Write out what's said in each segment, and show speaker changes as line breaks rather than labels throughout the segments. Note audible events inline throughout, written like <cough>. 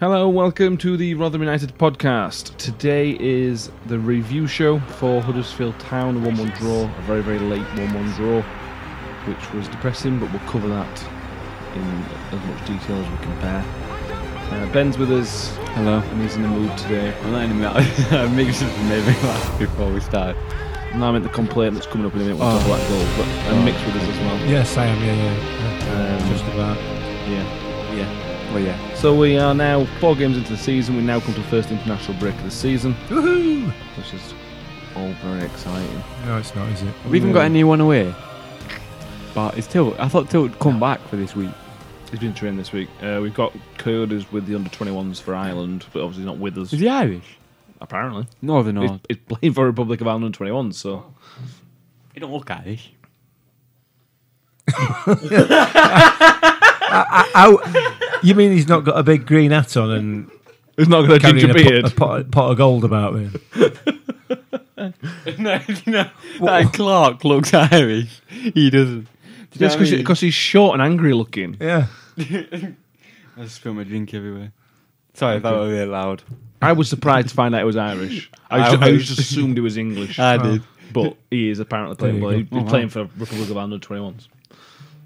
Hello, welcome to the Rotherham United podcast. Today is the review show for Huddersfield Town, a 1 1 draw, a very, very late 1 1 draw, which was depressing, but we'll cover that in as much detail as we can bear. Uh, Ben's with us,
Hello.
and he's in the mood today.
I'm letting <laughs> him out. Mix it made me laugh before we start.
And I meant the complaint that's coming up in a minute, we'll talk
Oh.
about that goal, but uh,
Oh.
Mick's with us as well.
Yes, I am. Yeah, yeah. yeah.
Um,
Just about.
Yeah.
Well, yeah.
So we are now four games into the season, we now come to the first international break of the season,
Woohoo!
which is all very exciting.
No, it's not, is it?
Have we even got anyone away? But it's Tilt. I thought Tilt would come back for this week.
He's been trained this week. Uh, we've got Curtis with the under 21s for Ireland, but obviously not with us.
Is he Irish?
Apparently.
Northern
He's,
or.
he's playing for Republic of Ireland 21s, so.
He don't look Irish.
Ow! you mean he's not got a big green hat on and
He's not got a
carrying
ginger
a pot,
beard.
a, pot, a pot of gold about him?
<laughs> no, no. That Clark looks Irish. He doesn't. Do you know
Just
what I
because
mean?
he's short and angry looking.
Yeah.
I just spilled my drink everywhere. Sorry, that was really loud.
I was surprised to find out he was Irish. I,
I
ju- I
was-
just assumed he was <laughs> English.
I did.
but he is apparently playing.
There
Well,
you
he's
Uh-huh.
go. Oh, wow.
playing for Republic of Ireland 21s.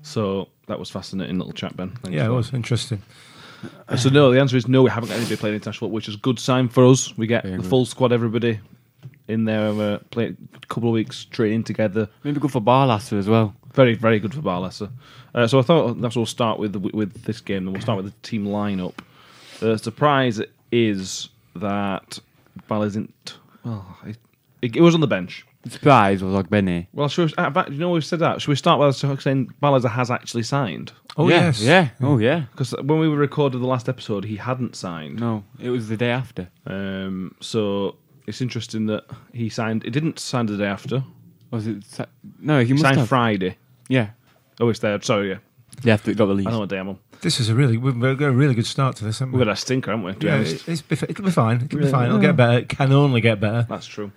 So that was fascinating, little chat, Ben. Thanks
Yeah, it
for
was interesting.
that. So, no, the answer is no, we haven't got anybody playing international, which is a good sign for us. We get
Very
the
good.
full squad, everybody in there, uh, play a couple of weeks training together.
Maybe good for Barlasser as well.
Very, very good for Barlesser. Uh, so I thought that's we'll start with with this game. Then we'll start with the team lineup. Uh, The surprise is that Bal isn't. Well, it, it, was on the bench.
Surprise was like Benny.
Well, should we, uh, fact, you know we've said that. Should we start by saying Balazer has actually signed?
Oh,
yeah,
yes.
Yeah. Oh, yeah.
Because when we recorded the last episode, he hadn't signed.
No, it was the day after.
Um, so it's interesting that he signed. He didn't sign the day after.
Was it. Sa- no, he
He
must
signed
have.
Friday.
yeah.
Oh, it's there. Sorry, yeah.
The after it got
I
released.
know what day I'm on.
This is a really, we've we've got a really good start to this, haven't we?
We've got a stinker, haven't we? To be
yeah,
honest.
it's, it's, be- it'll be fine. It'll be fine. It'll get better. It can only get better.
That's true.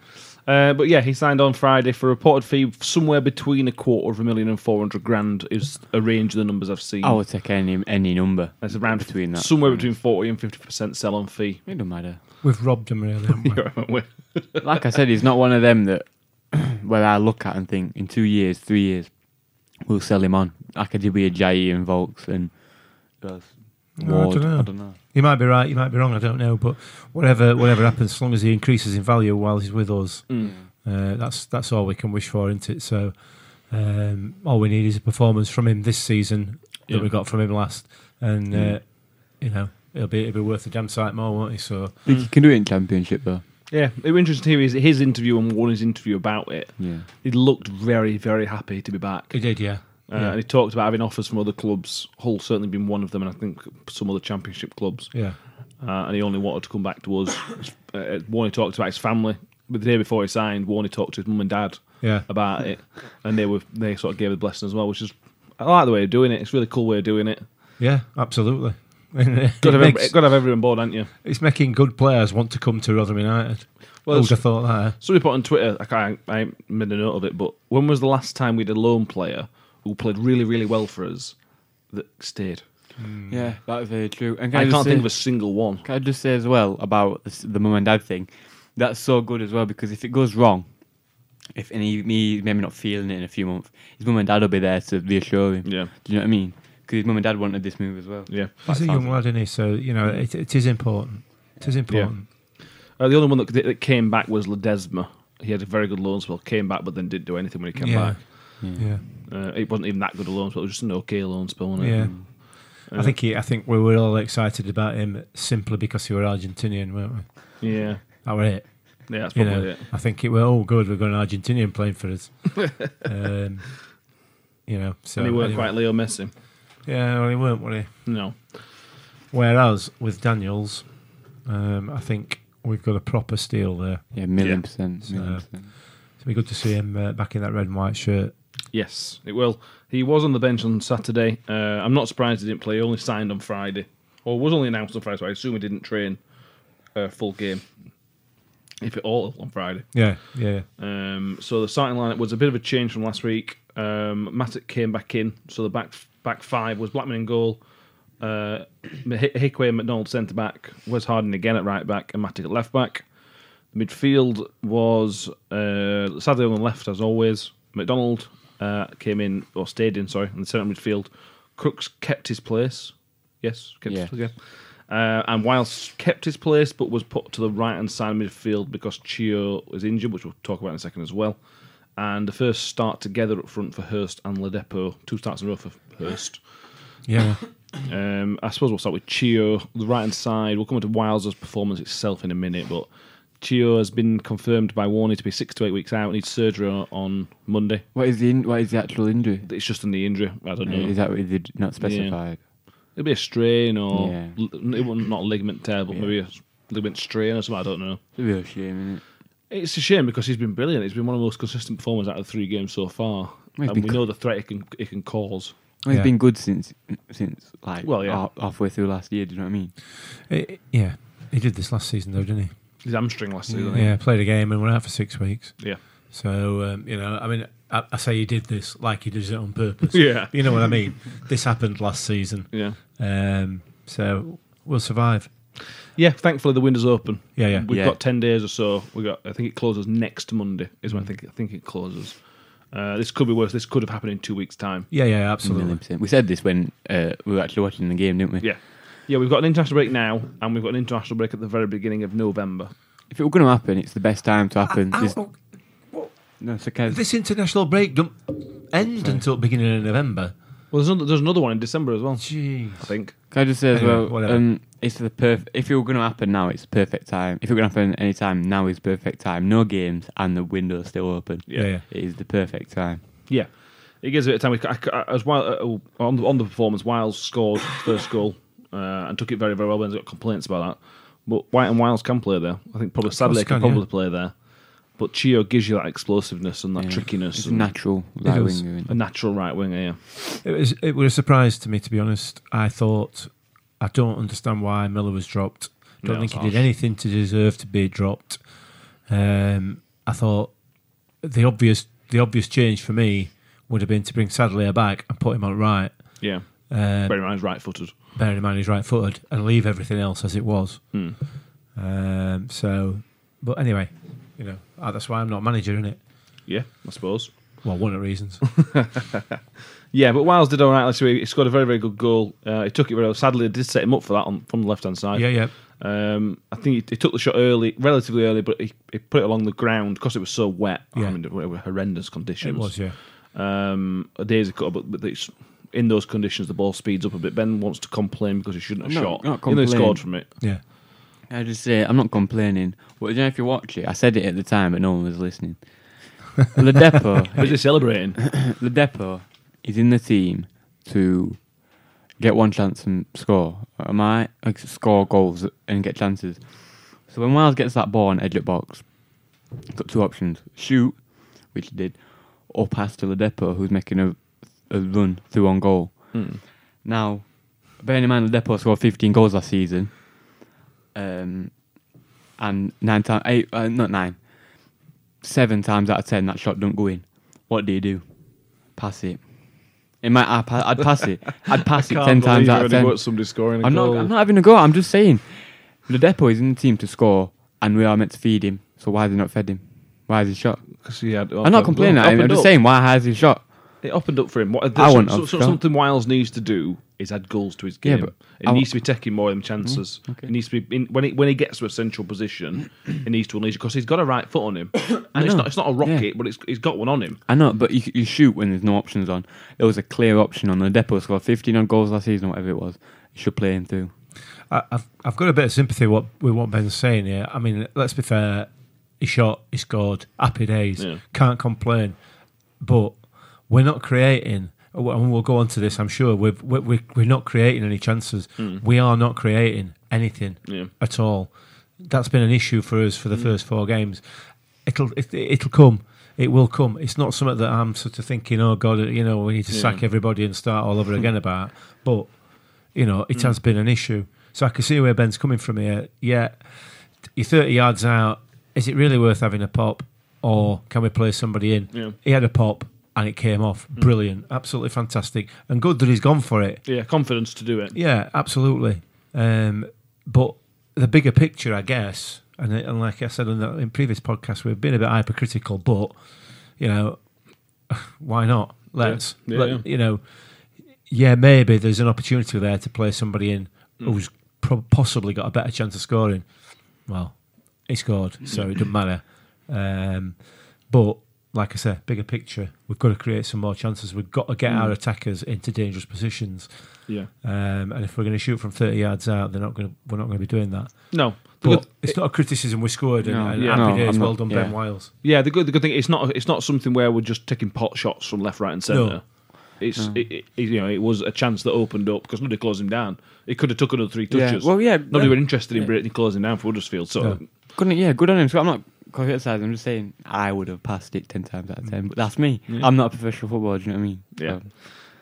Uh, but yeah, he signed on Friday for a reported fee of somewhere between a quarter of a million and four hundred grand is a range of the numbers I've seen.
I would take any any number.
it's around
Oh, between that.
somewhere between forty and fifty percent sell on
<laughs>
fee. <laughs>
It don't matter.
We've robbed him, really, haven't <laughs> we?
Like I said, he's not one of them that <clears throat> where I look at and think in two years, three years, we'll sell him on. Like I did with Ajayi and Volks and who else?
I
Ward.
dunno.
I don't know.
You might be right. You might be wrong. I don't know. But whatever, whatever happens, as long as he increases in value while he's with us,
Mm.
uh, that's that's all we can wish for, isn't it? So, um, all we need is a performance from him this season that
Yeah.
we got from him last, and uh, you know it'll be it'll be worth a damn sight more, won't he? So,
Think he can do it in Championship though.
yeah, it was interesting to hear his, his interview and Warner's interview about it.
Yeah.
He looked very, very happy to be back.
he did, yeah.
Uh, And he talked about having offers from other clubs. Hull certainly been one of them, and I think some other Championship clubs.
Yeah,
uh, and he only wanted to come back to us. uh, Warney talked about his family, but the day before he signed, Warney talked to his mum and dad
Yeah.
about
<laughs>
it, and they were they sort of gave the blessing as well, which is I like the way of doing it. It's a really cool way of doing it.
yeah, absolutely. <laughs> it
Got to have, every-
makes,
gotta have everyone board, aren't you?
it's making good players want to come to Rotherham United.
Well,
Well,
it's-
Who'd have thought that?
Somebody put on Twitter. I can't. I ain't made a note of it, but when was the last time we had a loan player who played really, really well for us that stayed?
Yeah, that is very true. And
I
just
can't
say-
think of a single one.
Can I just say as well about this, the mum and dad thing? That's so good as well because if it goes wrong, if any me maybe not feeling it in a few months, his mum and dad will be there to reassure him.
Yeah.
Do you know what I mean? Because his mum and dad wanted this move as well.
Yeah.
He's a
sounds
young lad, isn't he? So you know it, it is important. It is important.
Uh, the only one that, that came back was Ledesma. He had a very good loan spell, came back, but then didn't do anything when he came back.
yeah.
Uh, it wasn't even that good a loan spell. It was just an okay loan spell, wasn't it?
Yeah. I think he, I think we were all excited about him simply because he were Argentinian, weren't we?
Yeah.
That were it.
Yeah, that's
You
probably
know,
it.
I think it were all good. We've got an Argentinian playing for
<laughs>
us. um, you know, so
And he weren't
anyway.
quite Leo Messi.
Yeah, well, he weren't, were he?
No.
Whereas with Daniels, um, I think we've got a proper steal there.
Yeah, million
Yeah.
percent. Million
So-
percent.
It'll be good to see him uh, back in that red and white shirt.
Yes, it will. He was on the bench on Saturday. Uh, I'm not surprised he didn't play. He only signed on Friday. Or was only announced on Friday, so I assume he didn't train uh, full game, if at all, on Friday.
Yeah, yeah,
Um, so the starting lineup was a bit of a change from last week. Um, Matic came back in, so the back back five was Blackman in goal, Uh, Hi- Hickway and McDonald centre back, Wes Harding again at right back, and Matic at left back. The midfield was uh, Sadio on left as always. McDonald uh, came in or stayed in, sorry, in the centre midfield. Crooks kept his place. Yes, kept his
Yeah.
place. Yeah. Uh, and Wiles kept his place, but was put to the right hand side midfield because Chio was injured, which we'll talk about in a second as well. And the first start together up front for Hurst and Ledepo. Two starts in a row for Hurst. <laughs>
Yeah.
Um, I suppose we'll start with Chio, the right hand side. We'll come into Wiles' performance itself in a minute, but Chio has been confirmed by Warney to be six to eight weeks out. Needs surgery on, on Monday.
What is the in- what is the actual injury?
It's just in the injury. I don't know.
Is that what they did not specified?
It'll be a strain or
Yeah.
l- it wasn't not a ligament tear, but maybe a s- ligament strain or something. I don't know.
It's a real shame, isn't it?
It's a shame because he's been brilliant. He's been one of the most consistent performers out of the three games so far,
He's
and
been
we
co-
know the threat it can it can cause.
Well, he's
Yeah.
been good since since like
Well, yeah.
half- halfway through last year. Do you know what I mean?
It- yeah. He did this last season, though, didn't he?
His hamstring last season.
Yeah, played a game and went out for six weeks.
Yeah.
So um, you know, I mean, I, I say he did this like he does it on purpose.
Yeah.
you know what I mean. This happened last season,
Yeah.
um, so we'll survive.
Yeah, thankfully the window's open.
Yeah, yeah.
We've
Yeah.
got ten days or so. We got. I think it closes next Monday. Is when I think I think it closes. Uh, this could be worse. This could have happened in two weeks' time.
Yeah, yeah, absolutely.
Million percent. We said this when uh, we were actually watching the game, didn't we?
Yeah, yeah. We've got an international break now, and we've got an international break at the very beginning of November.
If it were going to happen, it's the best time to happen.
Ow,
This-
ow.
no, it's okay.
This international break don't end until beginning of November.
Well, there's another, there's another one in December as well.
Jeez.
I think.
Can I just say as
Anyway,
well?
whatever.
Um, it's the perf- If it were going to happen now, it's the perfect time. If it were going to happen any time, now is perfect time. No games and the window's still open.
Yeah, yeah.
It is the perfect time.
Yeah, it gives it a time. We, c- I c- I- as while uh, on the, on the performance, Wiles scored <coughs> first goal uh, and took it very very well. When got complaints about that, but White and Wiles can play there. I think probably Sadler
they
can,
can, yeah.
probably play there. But Chio gives you that explosiveness and that trickiness
It's
and
natural right
is.
winger.
a natural right winger. Yeah.
It was. It was a surprise to me, to be honest. I thought I don't understand why Miller was dropped. Don't
No,
think he
harsh.
did anything to deserve to be dropped. Um, I thought the obvious the obvious change for me would have been to bring Sadler back and put him on right.
Yeah,
Um,
very nice, right footed.
bearing in mind he's right footed and leave everything else as it was.
Hmm.
Um, so, but anyway, you know ah, that's why I'm not manager in it.
Yeah, I suppose.
Well, one of the
<laughs>
reasons.
Yeah, but Wiles did all right. Last week. He scored a very, very good goal. Uh, he took it very well. Sadly, it did set him up for that on, from the left hand side.
yeah, yeah,
Um, I think he, he took the shot early, relatively early, but he, he put it along the ground because it was so wet.
Yeah.
I mean, it were horrendous conditions.
it was. Yeah,
Um, a days ago, but, but it's, in those conditions, the ball speeds up a bit. Ben wants to complain because he shouldn't have
No,
shot.
not
Even though he
complain.
scored from it.
yeah.
I just say I'm not complaining. But you know, if you watch it, I said it at the time, but no one was listening. the depot,
But he's
<laughs>
celebrating.
the depot is in the team to get one chance and score. Am I like, score goals and get chances? So when Wiles gets that ball on edge of box, he's got two options: shoot, which he did, or pass to the depot, who's making a, a run through on goal. Now, bearing in mind the depot scored 15 goals last season, um, and nine times eight, uh, not nine, seven times out of ten that shot don't go in. What do you do? Pass it. It might. I'd pa- I'd pass it. I'd
<laughs>
pass it ten times out of ten.
somebody scoring
I'm not. I'm not having a go. I'm just saying, the depot is in the team to score, and we are meant to feed him. So why has he not fed him? Why has he shot? I'm not complaining. at him, I'm just saying, why has he shot?
It opened up for him. What,
I
so-
wouldn't
so-
have
so-
done.
something Wiles needs to do is add goals to his
Yeah,
game.
but
it
I Mm, wa-
needs to be taking more of them chances. It needs to be in, when he when he gets to a central position, he needs to unleash because he's got a right foot
<coughs>
on him, and it's
know.
not it's not a rocket, but it's he's got one on him.
I know, but you, you shoot when there's no options on. There was a clear option on the depot scored 15 on goals last season, whatever it was. You should play him through.
I, I've I've got a bit of sympathy what with what Ben's saying here. I mean, let's be fair. He shot, he scored, happy days.
Yeah.
Can't complain. But we're not creating, and we'll go on to this, I'm sure. We're we're, we're not creating any chances. We are not creating anything
Hmm. Yeah. Hmm.
at all. That's been an issue for us for the first four games. It'll it, it'll come. It will come. It's not something that I'm sort of thinking, oh God, you know, we need to sack everybody and start all over again about. But you know, it has been an issue. So I can see where Ben's coming from here. Yeah, you're 30 yards out. Is it really worth having a pop, or can we play somebody in?
Yeah.
He had a pop. and it came off. Brilliant, absolutely fantastic, and good that he's gone for it.
Yeah, confidence to do it.
Yeah, absolutely. Um, but the bigger picture, I guess, and, and like I said in, the, in previous podcasts, we've been a bit hypercritical, but you know, <laughs> why not? Let's,
Yeah,
let-
yeah.
you know, yeah, maybe there's an opportunity there to play somebody in
Hmm.
who's pro- possibly got a better chance of scoring. Well, he scored, so it doesn't matter. Um, but like I said, bigger picture, we've got to create some more chances. We've got to get
Hmm.
our attackers into dangerous positions.
Yeah.
Um, and if we're going to shoot from 30 yards out, they're not going. To, we're not going to be doing that.
No. The
But
good,
it's not a criticism. We scored, and,
No,
and
yeah.
happy
No,
days.
I'm
well
not-
done, Ben
yeah.
Wiles.
yeah, the good the good thing it's not it's not something where we're just taking pot shots from left, right, and centre.
No.
It's it, it, you know it was a chance that opened up because nobody closed him down. It could have took another three
Yeah.
touches.
Well, yeah,
nobody
yeah.
were interested in Brittany closing down for Huddersfield. So
No.
Couldn't, yeah, good on him. So I'm not criticizing. I'm just saying I would have passed it ten times out of ten. But that's me. I'm not a professional footballer. Do you know what I mean?
Yeah.
So,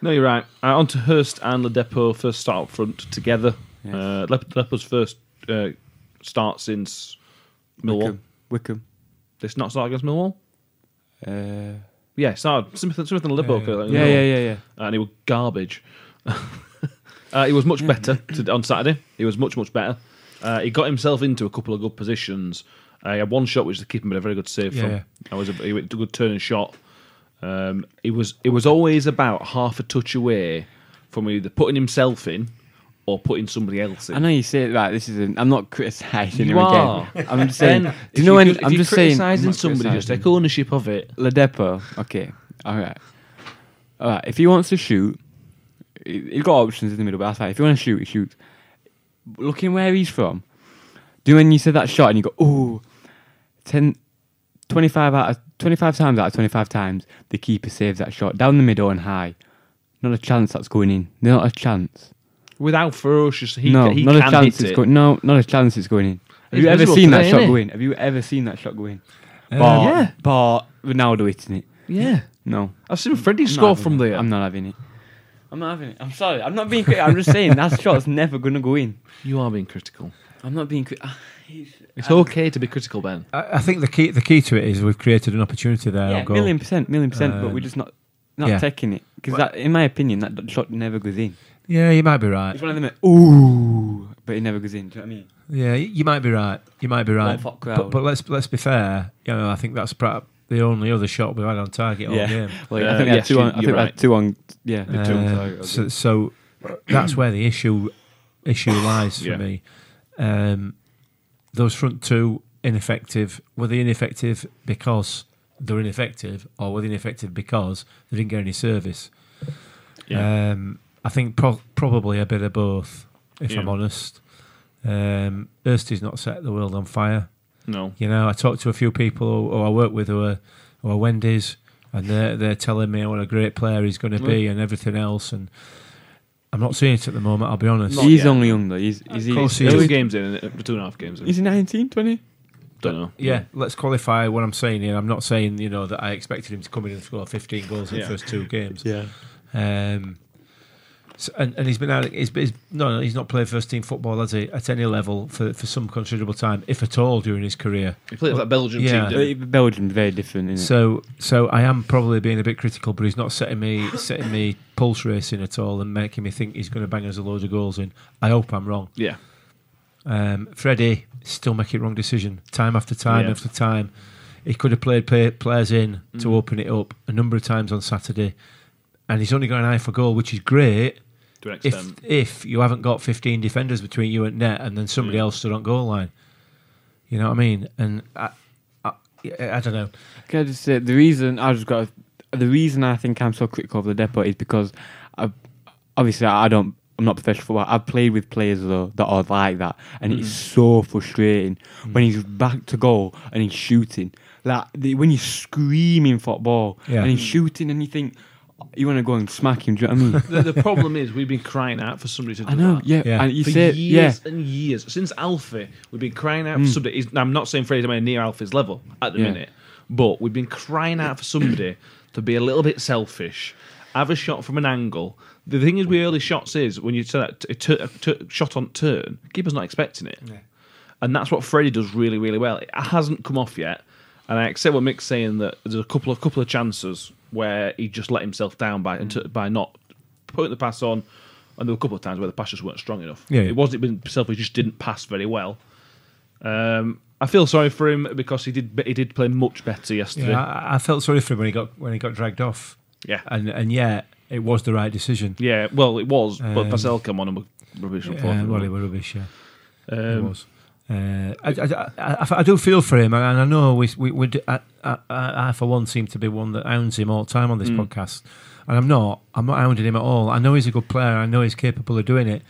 No, you're right. Uh, on to Hurst and Ledepo first start up front together.
Yes.
Uh, Lep- Ledepo's first uh, start since Millwall.
Wickham. Wickham.
They not start against Millwall.
Uh, yeah,
Yeah, started Smith, Smith and Ledepo.
Yeah, yeah.
yeah, yeah, yeah.
And he was garbage. <laughs> uh, he was much better to, on Saturday. He was much much better. Uh, he got himself into a couple of good positions. Uh, he had one shot which the keeper made a very good save
Yeah,
from.
yeah.
That was a, he went to a good turning shot. Um, it was it was always about half a touch away from either putting himself in or putting somebody else in.
I know you say it right. This isn't. I'm not criticizing
You
him
are.
again. I'm just saying.
Then
do
if
you know when?
could- if
I'm
you're
just saying. I'm
criticising
not
somebody, just
criticising.
take ownership of it.
Ladepo. Okay. All right. All right. If he wants to shoot, he- he's got options in the middle, but that's fine. If he wants to shoot, he shoots. Looking where he's from, do when you said that shot and you go, ooh, 10, 25 out of 25 times out of 25 times, the keeper saves that shot down the middle and high. Not a chance that's going in. Not a chance.
Without ferocious, he,
no,
ca- he
not a
can
chance
hit
it's
it.
going. No, not a chance it's going in. Have
He's
you ever
miserable
seen
today,
that shot
innit?
go in? Have you ever seen that shot go in?
Uh,
Bar,
yeah.
bar Ronaldo hitting it.
Yeah,
No,
I've seen Freddie
I'm not
score
having
from
it.
there.
I'm not having it. I'm not having it. I'm sorry. I'm not being critical. I'm just saying that shot's never gonna go in.
You are being critical.
I'm not being. Cri- ah, um, it's
It's okay to be critical, Ben.
I, I think the key the key to it is we've created an opportunity there.
yeah,
on goal.
million percent, million percent. but we're
Um,
just not not
yeah.
taking it because that, in my opinion, that d- shot never goes in.
Yeah, you might be right.
It's one of them. That, Ooh, but it never goes in. Do you know what I mean?
Yeah, y- you might be right. You might be right.
Watford crowd.
But, but let's let's be fair. You know, I think that's perhaps the only other shot we've had on target all game.
Well,
Uh,
I think we had
yes,
two
you-
on. I
you're
think we
right.
had two on. Yeah.
Uh,
Sorry,
so, so that's where the issue issue lies for
Yeah.
me. Um, those front two ineffective. Were they ineffective because they're ineffective, or were they ineffective because they didn't get any service?
Uh,
Um, I think pro- probably a bit of both, if
Yeah.
I'm honest. Um, Ersty's not set the world on fire.
no.
You know, I talk to a few people who, who I work with who are, who are Wendy's, and they're, they're telling me what a great player he's going to be
Mm.
and everything else. And I'm not seeing it at the moment, I'll be honest.
Not
he's
yet.
only young though. He's is he?
course he
Two
is.
games in, uh, two and a half games in.
Is he 19, 20?
Don't know.
yeah, let's qualify what I'm saying here. I'm not saying, you know, that I expected him to come in and score 15 goals in
Yeah.
the first two games.
Yeah.
Um, so- and, and he's been out. He's, he's no, no, he's not played first team football has he, at any level for, for some considerable time, if at all, during his career.
He played for that Belgian
Yeah.
team.
But
Didn't he?
it- Belgium's very different, isn't
So, so I am probably being a bit critical, but he's not setting me setting me pulse racing at all and making me think he's going to bang us a load of goals in. I hope I'm wrong.
Yeah,
Um, Freddie still making wrong decision time after time
Yeah. Mm.
after time. He could have played play, players in to open it up a number of times on Saturday, and he's only got an eye for goal, which is great
to an
if
extent.
if you haven't got 15 defenders between you and net and then somebody
Yeah.
else stood on goal line. You know what I mean? And I, I, I don't know.
it? Can I just say the reason I just got the reason I think I'm so critical of the depot is because I obviously I don't I'm not professional football. I've played with players though that are like that, and it's so frustrating when he's back to goal and he's shooting. Like the, when you're screaming football
Yeah.
and he's shooting, and you think you want to go and smack him. Do you know what I
<laughs>
mean?
the, the problem is we've been crying out for somebody to do
I know.
that.
Yeah.
Yeah.
And you
for
say yeah. Mm.
years and years since Alfie, we've been crying out for somebody. he's- I'm not saying Freddie's anywhere near Alfie's level at the
Yeah.
minute, but we've been crying out for somebody <clears throat> to be a little bit selfish, have a shot from an angle. The thing is, with early shots is when you say that t- t- t- shot on turn, keeper's not expecting it, and that's what Freddie does really, really well. It hasn't come off yet. And I accept what Mick's saying that there's a couple of couple of chances where he just let himself down by by not putting the pass on. And there were a couple of times where the pass just weren't strong enough.
Yeah, yeah.
It wasn't even self; he just didn't pass very well. Um, I feel sorry for him because he did he did play much better yesterday.
Yeah, I, I felt sorry for him when he got when he got dragged off,
Yeah.
and and yet it was the right decision.
Yeah, well, it was, but
Um,
Pascal came on and were rubbish,
Yeah, well,
unfortunately.
it was rubbish. Yeah, it
um,
was. Uh, I, I- I, I, I do feel for him, and and I know we, we, we do, I, I, I, for one, seem to be one that hounds him all the time on this podcast, and I'm not. I'm not hounding him at all. I know he's a good player. I know he's capable of doing it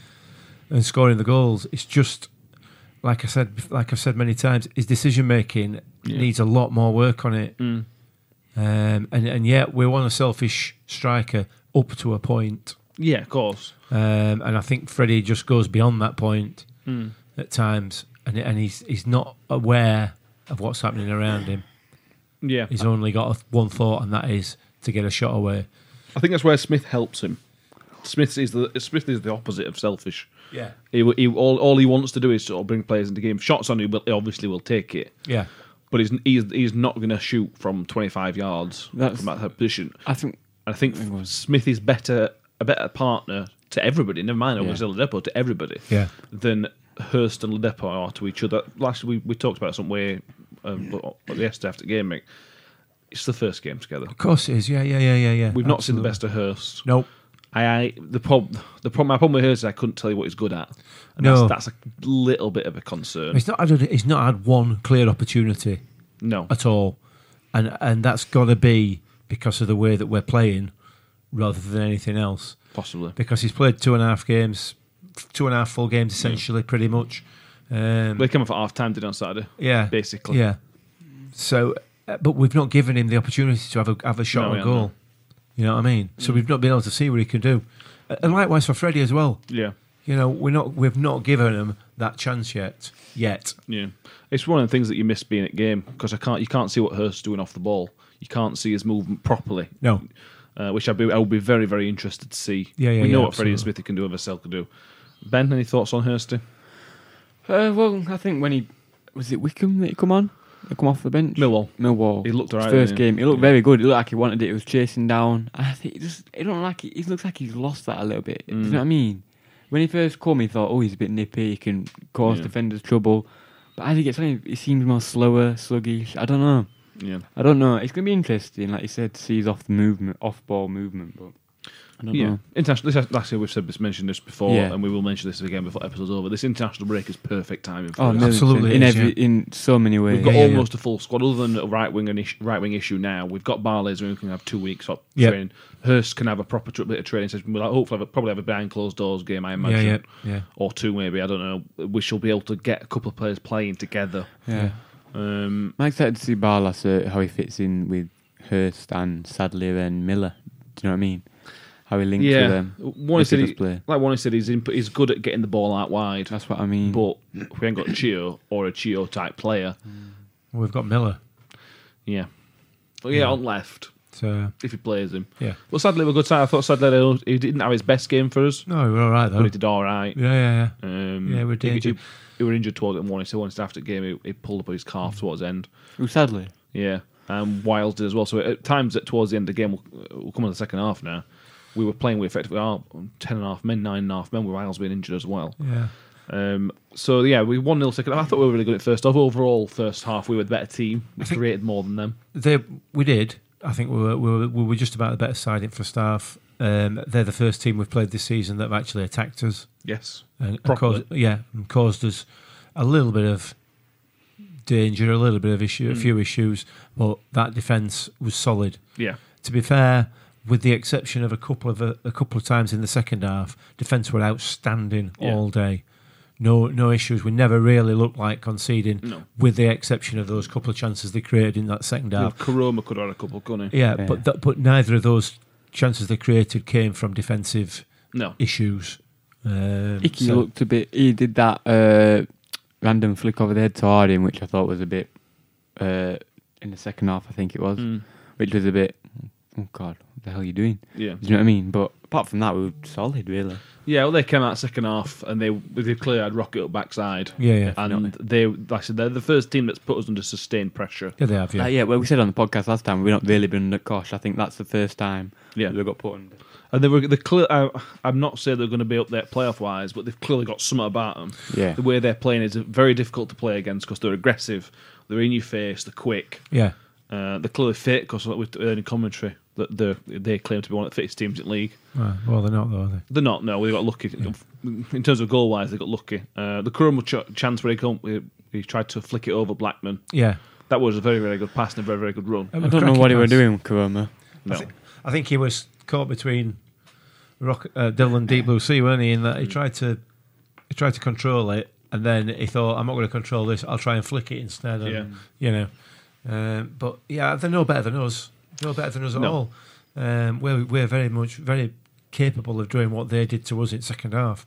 and scoring the goals. It's just, like I said, like I've said many times, his decision making
Yeah.
needs a lot more work on it.
mm,
Um, and and yet we want a selfish striker up to a point,
yeah, of course.
um, and I think Freddie just goes beyond that point
Mm.
at times, and and he's he's not aware of what's happening around him.
Yeah,
He's only got a- one thought, and that is to get a shot away.
I think that's where Smith helps him. Smith is the Smith is the opposite of selfish.
Yeah,
He, he all, all he wants to do is sort of bring players into the game. Shots on you, but he obviously will take it.
yeah,
But he's he's, he's not going to shoot from 25 yards
That's-
from that position.
I think
And I think Smith is better a better partner to everybody. Never mind
Yeah.
over Oladipo to everybody.
Yeah.
Than Hurst and Oladipo are to each other. Last we we talked about it some way um, but- but yesterday after the game. Mick. It's the first game together.
of course it is. Yeah, yeah, yeah, yeah, yeah.
We've not seen the best of Hurst.
Nope.
I, I the prob the problem my problem with Hurst is I couldn't tell you what he's good at. And
No.
that's, that's a little bit of a concern.
He's not had. a- He's not had one clear opportunity.
No.
at all, and and that's got to be because of the way that we're playing, rather than anything else.
Possibly.
Because he's played two and a half games, two and a half full games essentially, pretty much. Um,
They came off at half time, did on Saturday.
yeah,
basically.
yeah. So, uh, but we've not given him the opportunity to have a have a shot
No,
on
we haven't,
goal.
no. Mm.
You know what I mean? So we've not been able to see what he can do, Uh, and likewise for Freddie as well.
Yeah.
You know, we're not we've not given him that chance yet. Yet,
Yeah, it's one of the things that you miss being at game because I can't. You can't see what Hurst's doing off the ball. You can't see his movement properly.
no.
Uh, which I'd be, I would be very, very interested to see.
Yeah, yeah,
We know
yeah,
what Freddie and
absolutely.
Smithy can do and Vassell can do. Ben, any thoughts on Hursty?
Uh, well, I think when he was it Wickham that he come on, he come off the bench.
Millwall.
Millwall.
He looked
His
alright,
First
didn't he?
game, he looked
Yeah.
very good. He looked like he wanted it. He was chasing down. I think he just, he don't like. It. He looks like he's lost that a little bit.
Mm.
Do you know what I mean? When he first come, he thought, oh, he's a bit nippy. He can cause
Yeah.
defenders trouble. But as he gets on, he seems more slower, sluggish. I don't know.
Yeah,
I don't know. It's gonna be interesting, like you said, to see his off the movement, off ball movement. But I don't
yeah.
know.
International. This, last year we've said this, mentioned this before,
Yeah.
and we will mention this again before episode's over. This international break is perfect timing for
Oh, a
us.
million
Absolutely
percent. in
is,
every in so many ways.
We've got
Yeah, yeah,
almost a full squad, other than a right wing and ish, right wing issue. Now we've got Barley's who can have two weeks off
Yep.
training. Hurst can have a proper tr- bit of training session. We'll hopefully have a, probably have a behind closed doors game. I
Yeah,
imagine.
yeah, yeah.
or two maybe I don't know. We shall be able to get a couple of players playing together.
yeah.
Um,
I'm excited to see Barlas uh, how he fits in with Hurst and Sadler and Miller. Do you know what I mean? How he links
yeah,
with them.
Warney
If he
said
does
he-
play.
like Warney said, he's in, he's good at getting the ball out wide,
That's what I mean.
but we ain't got Chio or a Chio type player.
We've got Miller,
Yeah, but yeah, on left
so
if he plays him.
yeah.
Well, sadly, we're good. Side. I thought sadly he didn't have his best game for us,
No, we're all right
but
though.
he did all right.
Yeah, yeah, yeah.
Um,
Yeah, we're
he- he,
injured.
he were injured towards the morning, so once after the game, he, he pulled up his calf
Mm.
towards the end.
Ooh, Sadler.
Yeah, and Wiles did as well. So at times, at towards the end of the game, we'll, we'll come on the second half now. We were playing with effectively our ten and a half men, nine and a half men, with Wiles being injured as well.
Yeah.
Um, so yeah, we one 0 second half. I thought we were really good at first half. Overall, first half we were the better team. We created more than them.
They we did. I think we were we were, we were just about the better side in first half. Um, they're the first team we've played this season that have actually attacked us
Yes,
and, and
Properly.
caused yeah and caused us a little bit of danger, a little bit of issue, a few issues. But that defence was solid.
yeah,
To be fair, with the exception of a couple of a, couple of times in the second half, defence were outstanding
Yeah.
all day. No, no issues. We never really looked like conceding,
No.
with the exception of those couple of chances they created in that second half.
If Karoma could have had a couple, couldn't he?
Yeah,
Yeah.
but that, but neither of those chances they created came from defensive
No,
issues. Um,
Icky
so-
looked a bit. He did that uh, random flick over the head to Harding, which I thought was a bit. Uh, in the second half, I think it was,
Mm.
which was a bit. oh god, what the hell are you doing?
Yeah.
Do you know what I mean? But apart from that, we were solid, really.
Yeah, well, they came out second half and they they clearly had rocket up backside.
Yeah, yeah.
And they, like I said, they're the first team that's put us under sustained pressure.
Yeah, they have.
Yeah,
Yeah,
like, yeah. Well, we said on the podcast last time we've not really been under cosh. I think that's the first time
Yeah.
we got put under.
And they were the clear. I, I'm not saying they're going to be up there playoff wise, but they've clearly got something about them.
Yeah.
The way they're playing is very difficult to play against because they're aggressive, they're in your face, they're quick,
yeah.
uh, they're clearly fit because with earning commentary that they they claim to be one of the fittest teams in the league.
Ah, well, they're not though, are they?
They're not. No, they got lucky in terms of goal wise. They got lucky. Uh, the Curran ch- chance where he, come, he, he tried to flick it over Blackman.
Yeah.
That was a very very good pass and a very very good run.
I don't know what they were doing, Karoma.
No.
thi- Um, I think he was caught between Rock, uh, Dylan Deep Blue Sea, weren't he? In that he tried to he tried to control it, and then he thought, "I'm not going to control this. I'll try and flick it instead." And,
Yeah.
You know, um, but yeah, they're no better than us. No better than us at
No.
all. Um, we're we're very much very capable of doing what they did to us in second half.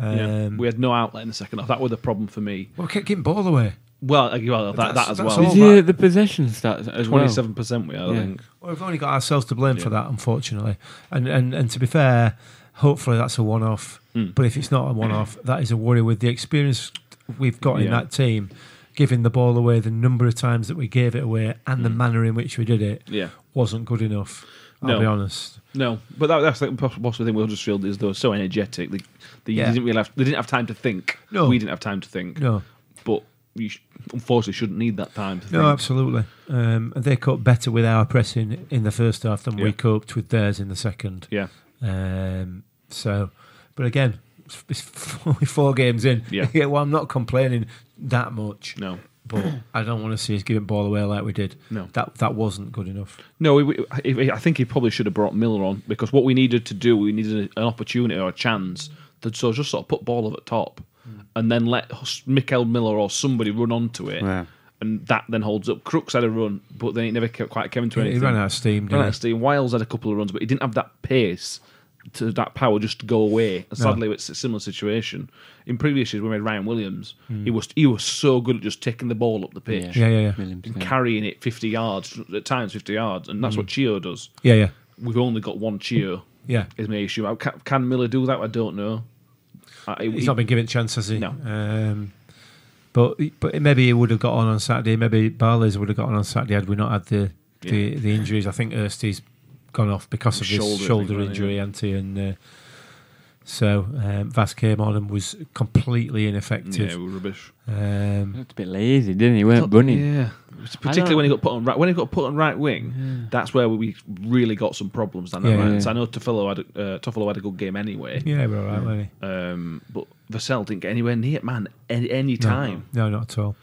Um,
Yeah. we had no outlet in the second half. That was the problem for me.
well, we kept getting ball away.
Well, uh, well that, that
That's-
as
that's
well.
all
Did you hear
that-
the possession stats as well?
Twenty-seven percent. We are, I
Yeah.
think.
Well, we've only got ourselves to blame for
Yeah.
that, unfortunately. And, and and to be fair, hopefully that's a one off.
Mm.
But if it's not a one off, that is a worry with the experience we've got in
Yeah.
that team, giving the ball away the number of times that we gave it away and
Hmm.
the manner in which we did it
Yeah.
wasn't good enough. I'll
No.
be honest.
No, but that, that's the poss- possible thing with Huddersfield is they were so energetic. They, they
Yeah.
didn't really have they didn't have time to think.
No.
we didn't have time to think.
No,
but you sh- unfortunately shouldn't need that time. To
no,
think.
absolutely. Um, and they coped better with our pressing in the first half than
Yeah.
we coped with theirs in the second.
Yeah,
Um, so, but again, it's- it's <laughs> only four games in. <laughs>
Yeah.
well, I'm not complaining that much,
no,
but I don't want to see us giving ball away like we did.
No.
That that wasn't good enough.
no. We, we, I- I think he probably should have brought Miller on because what we needed to do, we needed an opportunity or a chance to so just sort of put ball over the top,
Hmm.
and then let Hus- Mikel Miller or somebody run onto it,
Yeah.
and that then holds up. Crooks had a run, but then it never ca- quite came to
He
anything.
ran out of
Ran
steam.
out
Didn't
of steam. Wiles had a couple of runs, but he didn't have that pace to that power just to go away. And sadly, it's a similar situation. In previous years, we made Ryan Williams. He was he was so good at just taking the ball up the pitch
Hmm. Yeah, yeah, yeah.
Million
and
percent.
carrying it 50 yards at times, 50 yards, and
Hmm.
that's what Chio does.
he? Yeah, yeah,
We've only got one Chio.
yeah.
Is my issue. How Can, can Miller do that? I don't know. Uh, I,
He's not been given a chance, has he?
No.
Um, but but maybe he would have got on on Saturday. Maybe Barley's would have got on on Saturday had we not had the the, the injuries. I think Erstie's gone off because of his
Shoulder, I
shoulder,
think, wasn't it?
injury, anti and. Uh, so um, Vas came on and was
<laughs>
completely
yeah,
ineffective.
we're rubbish.
He
Um,
looked a bit lazy, didn't he? He weren't running.
Yeah, particularly when he got put on right. When he got put on right wing, that's where we really got some problems down that
Yeah,
right.
yeah.
So I know Toffolo had a- uh, Toffolo had a good game anyway,
yeah, we're all right, weren't he?
um, but Vassell didn't get anywhere near it, man. Any, any time,
No, not at all.